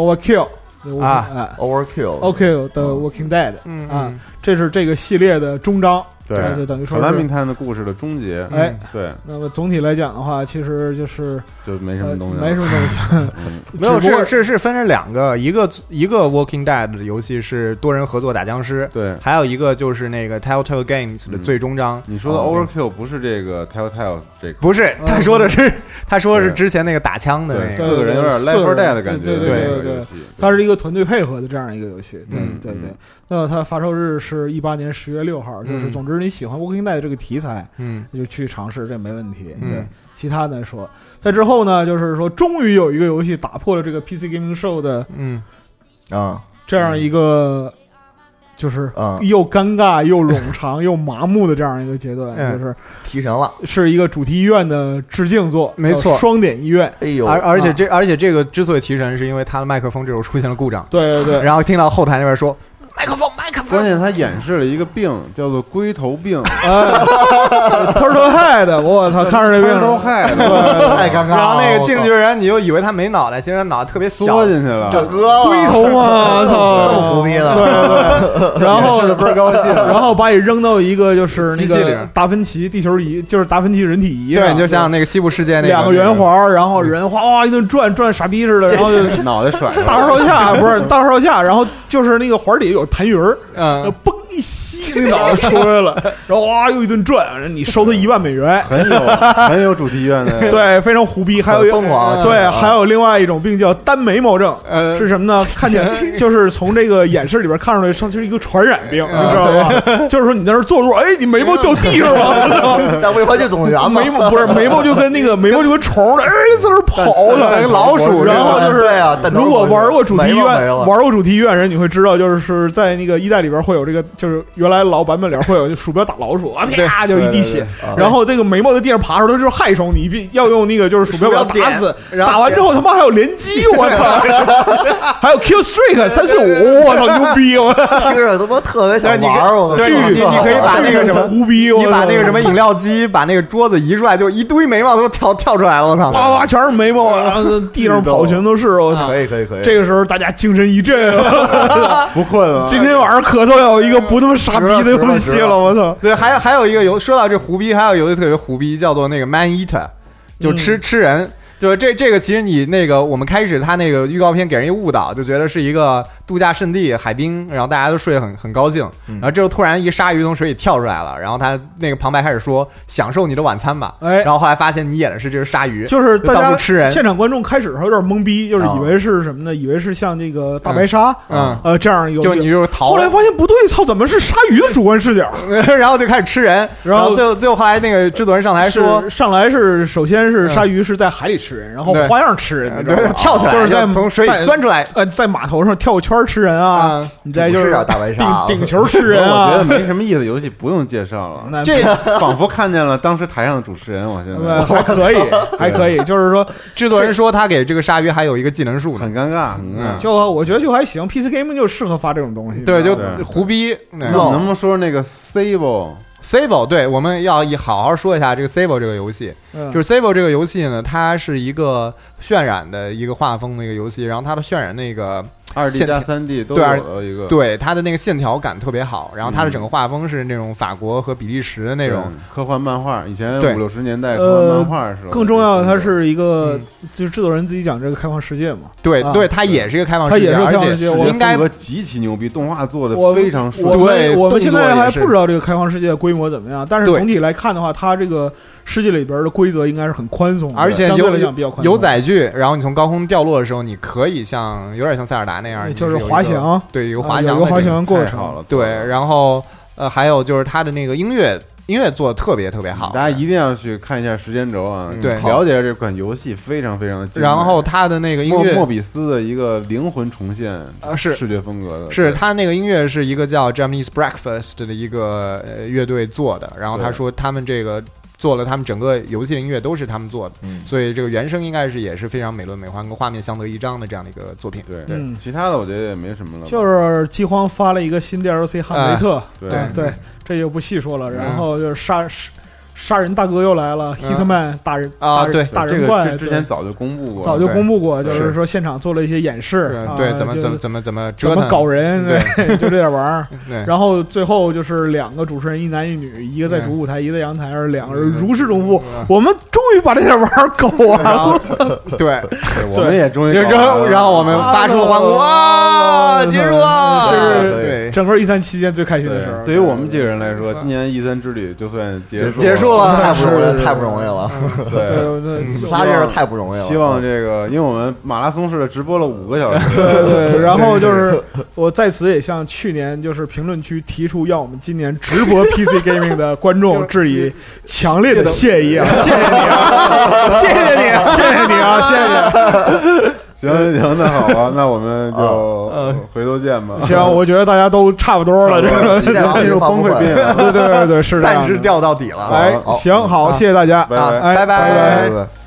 Speaker 4: ，Overkill 那个
Speaker 3: 啊
Speaker 4: 哎
Speaker 2: Overkill。
Speaker 4: ，Overkill 的 Walking Dead，
Speaker 3: 嗯
Speaker 4: 啊这是这个系列的终章，哎
Speaker 1: 对
Speaker 4: 就等于
Speaker 1: 卡
Speaker 4: 说
Speaker 1: 拉米
Speaker 4: 是
Speaker 1: 探的故事的终结，
Speaker 4: 哎。
Speaker 1: 对，
Speaker 4: 那么总体来讲的话，其实就是
Speaker 1: 就没什么东西啊
Speaker 4: 呃
Speaker 1: 了，
Speaker 4: 没什么东西，
Speaker 1: 嗯
Speaker 3: 没有，
Speaker 4: 只不
Speaker 3: 是
Speaker 4: 过
Speaker 3: 是是分成两个，一个一个 Walking Dead 的游戏是多人合作打僵尸，
Speaker 1: 对。
Speaker 3: 还有一个就是那个 Telltale Games 的最终章，
Speaker 1: 你说的
Speaker 3: 哦
Speaker 1: Overkill 不是这个 Telltales 这个，
Speaker 3: 不是
Speaker 4: 嗯
Speaker 3: 他说的是他说的是
Speaker 1: 对
Speaker 3: 之前那个打枪的
Speaker 1: 对，
Speaker 3: 那个，
Speaker 1: 四个人有点
Speaker 4: 四
Speaker 1: Left 4
Speaker 4: 个
Speaker 1: Dead
Speaker 4: 人
Speaker 1: 的感觉，
Speaker 4: 对
Speaker 3: 对对
Speaker 1: 这个
Speaker 4: 对
Speaker 1: 游戏
Speaker 4: 它是一个团队配合的这样一个游戏。对
Speaker 3: 嗯
Speaker 4: 对对
Speaker 1: 嗯。
Speaker 4: 那它发售日是一八年十月六号，就是
Speaker 3: 嗯
Speaker 4: 总之你喜欢 Walking Dead 这个题材，
Speaker 3: 嗯
Speaker 4: 就去尝试，这没问题。
Speaker 3: 嗯
Speaker 4: 对，其他的说，在之后呢，就是说终于有一个游戏打破了这个 PC Gaming Show 的
Speaker 3: 嗯，
Speaker 2: 嗯
Speaker 4: 这样一个，就是
Speaker 2: 嗯，
Speaker 4: 又尴尬又冗长又麻木的这样一个阶段，
Speaker 3: 嗯
Speaker 4: 就是
Speaker 2: 提神了。
Speaker 4: 是一个主题医院的致敬作，
Speaker 3: 没错
Speaker 4: 叫双点医院。
Speaker 2: 哎呦，
Speaker 3: 而而且这而且这个之所以提神，是因为他的麦克风这时候出现了故障，
Speaker 4: 对对对，
Speaker 3: 然后听到后台那边说
Speaker 1: 关键他演示了一个病，叫做龟头 病，
Speaker 4: 哎，Turtle Head，我操，看着这病
Speaker 1: 都害的，
Speaker 2: 太尴尬了。
Speaker 3: 然后那个进去的人你就以为他没脑袋，其实他脑袋特别小
Speaker 1: 缩，进去了，
Speaker 2: 大哥，
Speaker 4: 龟头
Speaker 3: 啊
Speaker 4: 嘛，我操，
Speaker 2: 这么胡逼呢
Speaker 4: 对对对，然后
Speaker 1: 演示得倍儿高兴，
Speaker 4: 然后把你扔到一个就是那
Speaker 3: 机器
Speaker 4: 个
Speaker 3: 里
Speaker 4: 达芬奇地球仪，就是达芬奇人体仪上，
Speaker 3: 对，你就想想那个嗯西部世界那
Speaker 4: 两个圆，环，然后人哗哗一顿转，转傻逼似的，然后就
Speaker 1: 脑袋甩
Speaker 4: 大
Speaker 1: 了，
Speaker 4: 上下不是大上下，然后就是那个环底有痰盂儿，然后
Speaker 3: 嗯，
Speaker 4: 嘣一吸，那脑袋出来了，然后哇又一顿转，然后你收他一万美元。
Speaker 1: 很有很有主题院的，
Speaker 4: 对，非常胡逼，还有一嗯
Speaker 2: 很疯狂啊
Speaker 4: 对，
Speaker 2: 啊
Speaker 4: 还有另外一种病叫单眉 毛症，
Speaker 3: 呃
Speaker 4: 是什么呢？看起来就是从这个演示里边看出来，像是一个传染 病，
Speaker 2: 啊
Speaker 4: 你知道吧？就是说你在那儿坐住，哎，你眉毛掉地 上了，我操！
Speaker 2: 但未环境总动员嘛，
Speaker 4: 眉毛不是眉毛，就跟那个眉毛就跟虫似的，哎，在那儿跑
Speaker 2: 那
Speaker 4: 的
Speaker 2: 个老鼠，
Speaker 4: 然后就是
Speaker 2: 对啊。但
Speaker 4: 如果玩过主题医
Speaker 2: 没了
Speaker 4: 院，
Speaker 2: 没了
Speaker 4: 玩过主题医院人，你会知道，就是在那个一代里边会有这个，就是原来来老版本里边会有鼠标打老鼠啊，啪就
Speaker 1: 对
Speaker 4: 一
Speaker 1: 对
Speaker 4: 地
Speaker 1: 对
Speaker 4: 血
Speaker 2: 啊，
Speaker 4: 然后这个眉毛在地上爬的时候，他就是害虫，你必要用那个就是鼠标把它打
Speaker 3: 鼠标
Speaker 4: 死，
Speaker 3: 点然后
Speaker 4: 打完之后他妈还有连击，我操，还有 kill streak 三四五，我操牛逼，我
Speaker 2: 听着他妈特别想
Speaker 3: 对你
Speaker 2: 玩儿，我
Speaker 3: 对
Speaker 2: 操
Speaker 3: 你
Speaker 2: 特好
Speaker 3: 你可以
Speaker 2: 玩儿
Speaker 3: 把那个什么
Speaker 4: 胡逼，我
Speaker 3: 你
Speaker 4: 操
Speaker 3: 把那个什么饮料机，把那个桌子一拽，就一堆眉毛都跳跳出来了，我操！
Speaker 4: 哇哇全是眉毛，然后地上跑全都是，我操。
Speaker 2: 可以可以可以，
Speaker 4: 这个时候大家精神一振，
Speaker 1: 不困了。
Speaker 4: 今天晚上咳嗽有一个不那么傻逼的游戏
Speaker 2: 值了值了
Speaker 4: 了，我操！
Speaker 3: 对，还有还有一个游，说到这胡逼，还有游戏特别胡逼，叫做那个 Man Eater，就吃、
Speaker 4: 嗯
Speaker 3: 吃人。就是这这个，其实你那个我们开始他那个预告片给人一误导，就觉得是一个度假胜地海滨，然后大家都睡得很很高兴，
Speaker 4: 嗯
Speaker 3: 然后这时候突然一个鲨鱼从水里跳出来了，然后他那个旁白开始说享受你的晚餐吧，
Speaker 4: 哎
Speaker 3: 然后后来发现你演的是这只鲨鱼，
Speaker 4: 就是大
Speaker 3: 到
Speaker 4: 家
Speaker 3: 处吃人啊
Speaker 4: 现场观众开始的时候有点懵逼，就是以为是什么呢？以为是像这个大白鲨，
Speaker 3: 嗯
Speaker 4: 呃，这样有
Speaker 3: 就你就是逃
Speaker 4: 后来发现不对，操，怎么是鲨鱼的主观视角？
Speaker 3: 然后就开始吃人，
Speaker 4: 然
Speaker 3: 然
Speaker 4: 后
Speaker 3: 后最后最后后来那个制作人上台说嗯
Speaker 4: 是，上来是首先是鲨鱼是在海里吃人，然后
Speaker 3: 对
Speaker 4: 花样吃人，你知道
Speaker 3: 对
Speaker 4: 吗，
Speaker 3: 跳起来
Speaker 4: 就是在
Speaker 3: 就从水里钻出来
Speaker 4: 在呃，在码头上跳个圈儿吃人啊
Speaker 3: 啊，
Speaker 4: 你再就
Speaker 2: 不是啊大白鲨
Speaker 4: 顶
Speaker 2: 啊
Speaker 4: 顶球吃
Speaker 1: 我觉
Speaker 4: 人
Speaker 1: 得
Speaker 4: 啊。嗯
Speaker 1: 没什么意思，游戏不用介绍了，
Speaker 4: 那
Speaker 3: 这
Speaker 1: 仿佛看见了当时台上的主持人。我现 在
Speaker 4: 呃还可以， 还可以，就是说，
Speaker 3: 制作人说他给这个鲨鱼还有一个技能树呢，
Speaker 1: 很尴尬，很尴尬。
Speaker 4: 就我觉得就还行，PC game 就适合发这种东西。
Speaker 3: 对，就
Speaker 1: 对
Speaker 3: 胡逼。
Speaker 1: 那
Speaker 3: 嗯
Speaker 1: 你能不能说说那个 Sable？
Speaker 3: Sable，对，我们要一好好说一下这个 Sable 这个游戏。
Speaker 4: 嗯
Speaker 3: 就是 Sable 这个游戏呢，它是一个渲染的一个画风的一个游戏，然后它的渲染那个
Speaker 1: 二 D
Speaker 3: 线
Speaker 1: 加
Speaker 3: 条
Speaker 1: 三 D 都
Speaker 3: 对二
Speaker 1: 有了一个
Speaker 3: 对嗯它的那个线条感特别好，然后它的整个画风是那种法国和比利时的那种
Speaker 1: 对科幻漫画，以前
Speaker 3: 对
Speaker 1: 五六十年代科幻漫画是吧
Speaker 4: 更重要的，它是一个
Speaker 3: 嗯，
Speaker 4: 就是制作人自己讲这个开放世界嘛。
Speaker 3: 对
Speaker 4: 啊
Speaker 3: 对，它也是一个开放
Speaker 4: 它
Speaker 3: 世
Speaker 4: 也
Speaker 3: 界，
Speaker 4: 是开
Speaker 3: 而
Speaker 4: 放世
Speaker 3: 且
Speaker 4: 界我
Speaker 3: 应该
Speaker 1: 风格极其牛逼，动画做的
Speaker 4: 我
Speaker 1: 非常
Speaker 4: 我
Speaker 1: 顺。
Speaker 4: 们
Speaker 3: 对
Speaker 4: 我
Speaker 3: 动
Speaker 4: 们
Speaker 3: 作
Speaker 4: 现在还
Speaker 3: 也是
Speaker 4: 不知道这个开放世界的规模怎么样，但是
Speaker 3: 对
Speaker 4: 总体来看的话，它这个世界里边的规则应该是很宽松的，
Speaker 3: 而且
Speaker 4: 相对来
Speaker 3: 有
Speaker 4: 讲比较宽松。
Speaker 3: 有载具，然后你从高空掉落的时候，你可以像有点像塞尔达那样，
Speaker 4: 哎
Speaker 3: 你
Speaker 4: 就是是
Speaker 3: 有一
Speaker 4: 滑
Speaker 3: 个
Speaker 4: 翔，
Speaker 3: 对，有
Speaker 4: 有
Speaker 3: 滑
Speaker 4: 有
Speaker 3: 翔
Speaker 4: 个
Speaker 3: 的
Speaker 4: 滑
Speaker 3: 这个
Speaker 4: 翔过
Speaker 1: 太好
Speaker 4: 程，
Speaker 1: 了，
Speaker 3: 对
Speaker 1: 做得，
Speaker 3: 然后呃，还有就是它的那个音乐，音乐做的特别特别好
Speaker 1: 嗯大。家一定要去看一下时间轴啊，
Speaker 3: 对
Speaker 1: 了解这款游戏非常非常的精美。
Speaker 3: 然后它的那个音
Speaker 1: 莫莫
Speaker 3: 乐
Speaker 1: 比斯的一个灵魂重现，
Speaker 3: 呃是
Speaker 1: 视觉风格的，
Speaker 3: 是
Speaker 1: 对
Speaker 3: 它那个音乐是一个叫 Japanese Breakfast 的一个呃乐队做的，然后他
Speaker 1: 对
Speaker 3: 说他们这个做了他们整个游戏的音乐都是他们做的，
Speaker 2: 嗯
Speaker 3: 所以这个原声应该是也是非常美轮美奂跟画面相得益彰的这样的一个作品。
Speaker 1: 对
Speaker 4: 嗯
Speaker 1: 其他的我觉得也没什么了吧，
Speaker 4: 就是饥荒发了一个新 DLC《哈姆雷特》，
Speaker 3: 哎
Speaker 1: 对
Speaker 3: 对
Speaker 4: 对，这就不细说了。然后就是杀杀杀人大哥又来了
Speaker 3: 嗯
Speaker 4: ，Hitman 大人
Speaker 3: 啊
Speaker 4: 大人
Speaker 3: 对
Speaker 4: 大
Speaker 1: 这
Speaker 4: 人
Speaker 1: 个
Speaker 4: 怪
Speaker 1: 之之前
Speaker 4: 对
Speaker 1: 早就公布过了，
Speaker 4: 早就公布过，就
Speaker 1: 对
Speaker 4: 是说现场做了一些演示
Speaker 3: 对，
Speaker 4: 啊
Speaker 3: 对，怎么
Speaker 4: 就
Speaker 3: 怎么怎么怎么
Speaker 4: 怎
Speaker 3: 折
Speaker 4: 么
Speaker 3: 腾
Speaker 4: 搞人，对，就这点玩意儿。
Speaker 3: 对，
Speaker 4: 然后最后就是两个主持人，一男一女，
Speaker 2: 嗯
Speaker 4: 一个在主舞台，一个在阳台，而两个人如释重负。我们终于把这点玩意儿搞完
Speaker 3: 然
Speaker 4: 了，
Speaker 3: 后 对，
Speaker 1: 对我们也终于
Speaker 3: 然
Speaker 1: 搞
Speaker 3: 后
Speaker 1: 完
Speaker 3: 然后
Speaker 1: 了
Speaker 3: 我们发出欢呼啊，结束啊了，
Speaker 4: 这
Speaker 2: 是
Speaker 3: 对。
Speaker 4: 整个一三期间最开心的时
Speaker 1: 对，
Speaker 4: 候。
Speaker 1: 对于我们几个人来说，今年 E 三之旅就算结
Speaker 3: 结束了
Speaker 2: 太不容易
Speaker 1: 是
Speaker 2: 了，太不容易了，
Speaker 1: 对，
Speaker 4: 对对
Speaker 2: 你
Speaker 4: 对
Speaker 2: 们仨真是太不容易了。嗯
Speaker 1: 希望这个，因为我们马拉松式的直播了五个小 时，
Speaker 4: 对对，然后就是我在此也向去年就是评论区提出要我们今年直播 PC gaming 的观众致以强烈的谢意啊！谢谢你啊！谢谢你啊！谢谢你啊！谢谢。
Speaker 1: 行行，那好 吧，那我们
Speaker 3: 啊嗯
Speaker 1: 就回头见吧。
Speaker 4: 啊 行，我觉得大家都差不多了，这个
Speaker 2: 期待
Speaker 1: 进入崩溃边缘，
Speaker 4: 对对对对，是这样
Speaker 3: 散
Speaker 4: 的
Speaker 3: 之。掉到底了，
Speaker 4: 哎，
Speaker 2: 好
Speaker 4: 行，好，
Speaker 2: 啊
Speaker 3: 嗯
Speaker 4: 谢谢大家，
Speaker 1: 拜拜
Speaker 4: 哎
Speaker 2: 拜
Speaker 4: 拜
Speaker 2: 拜。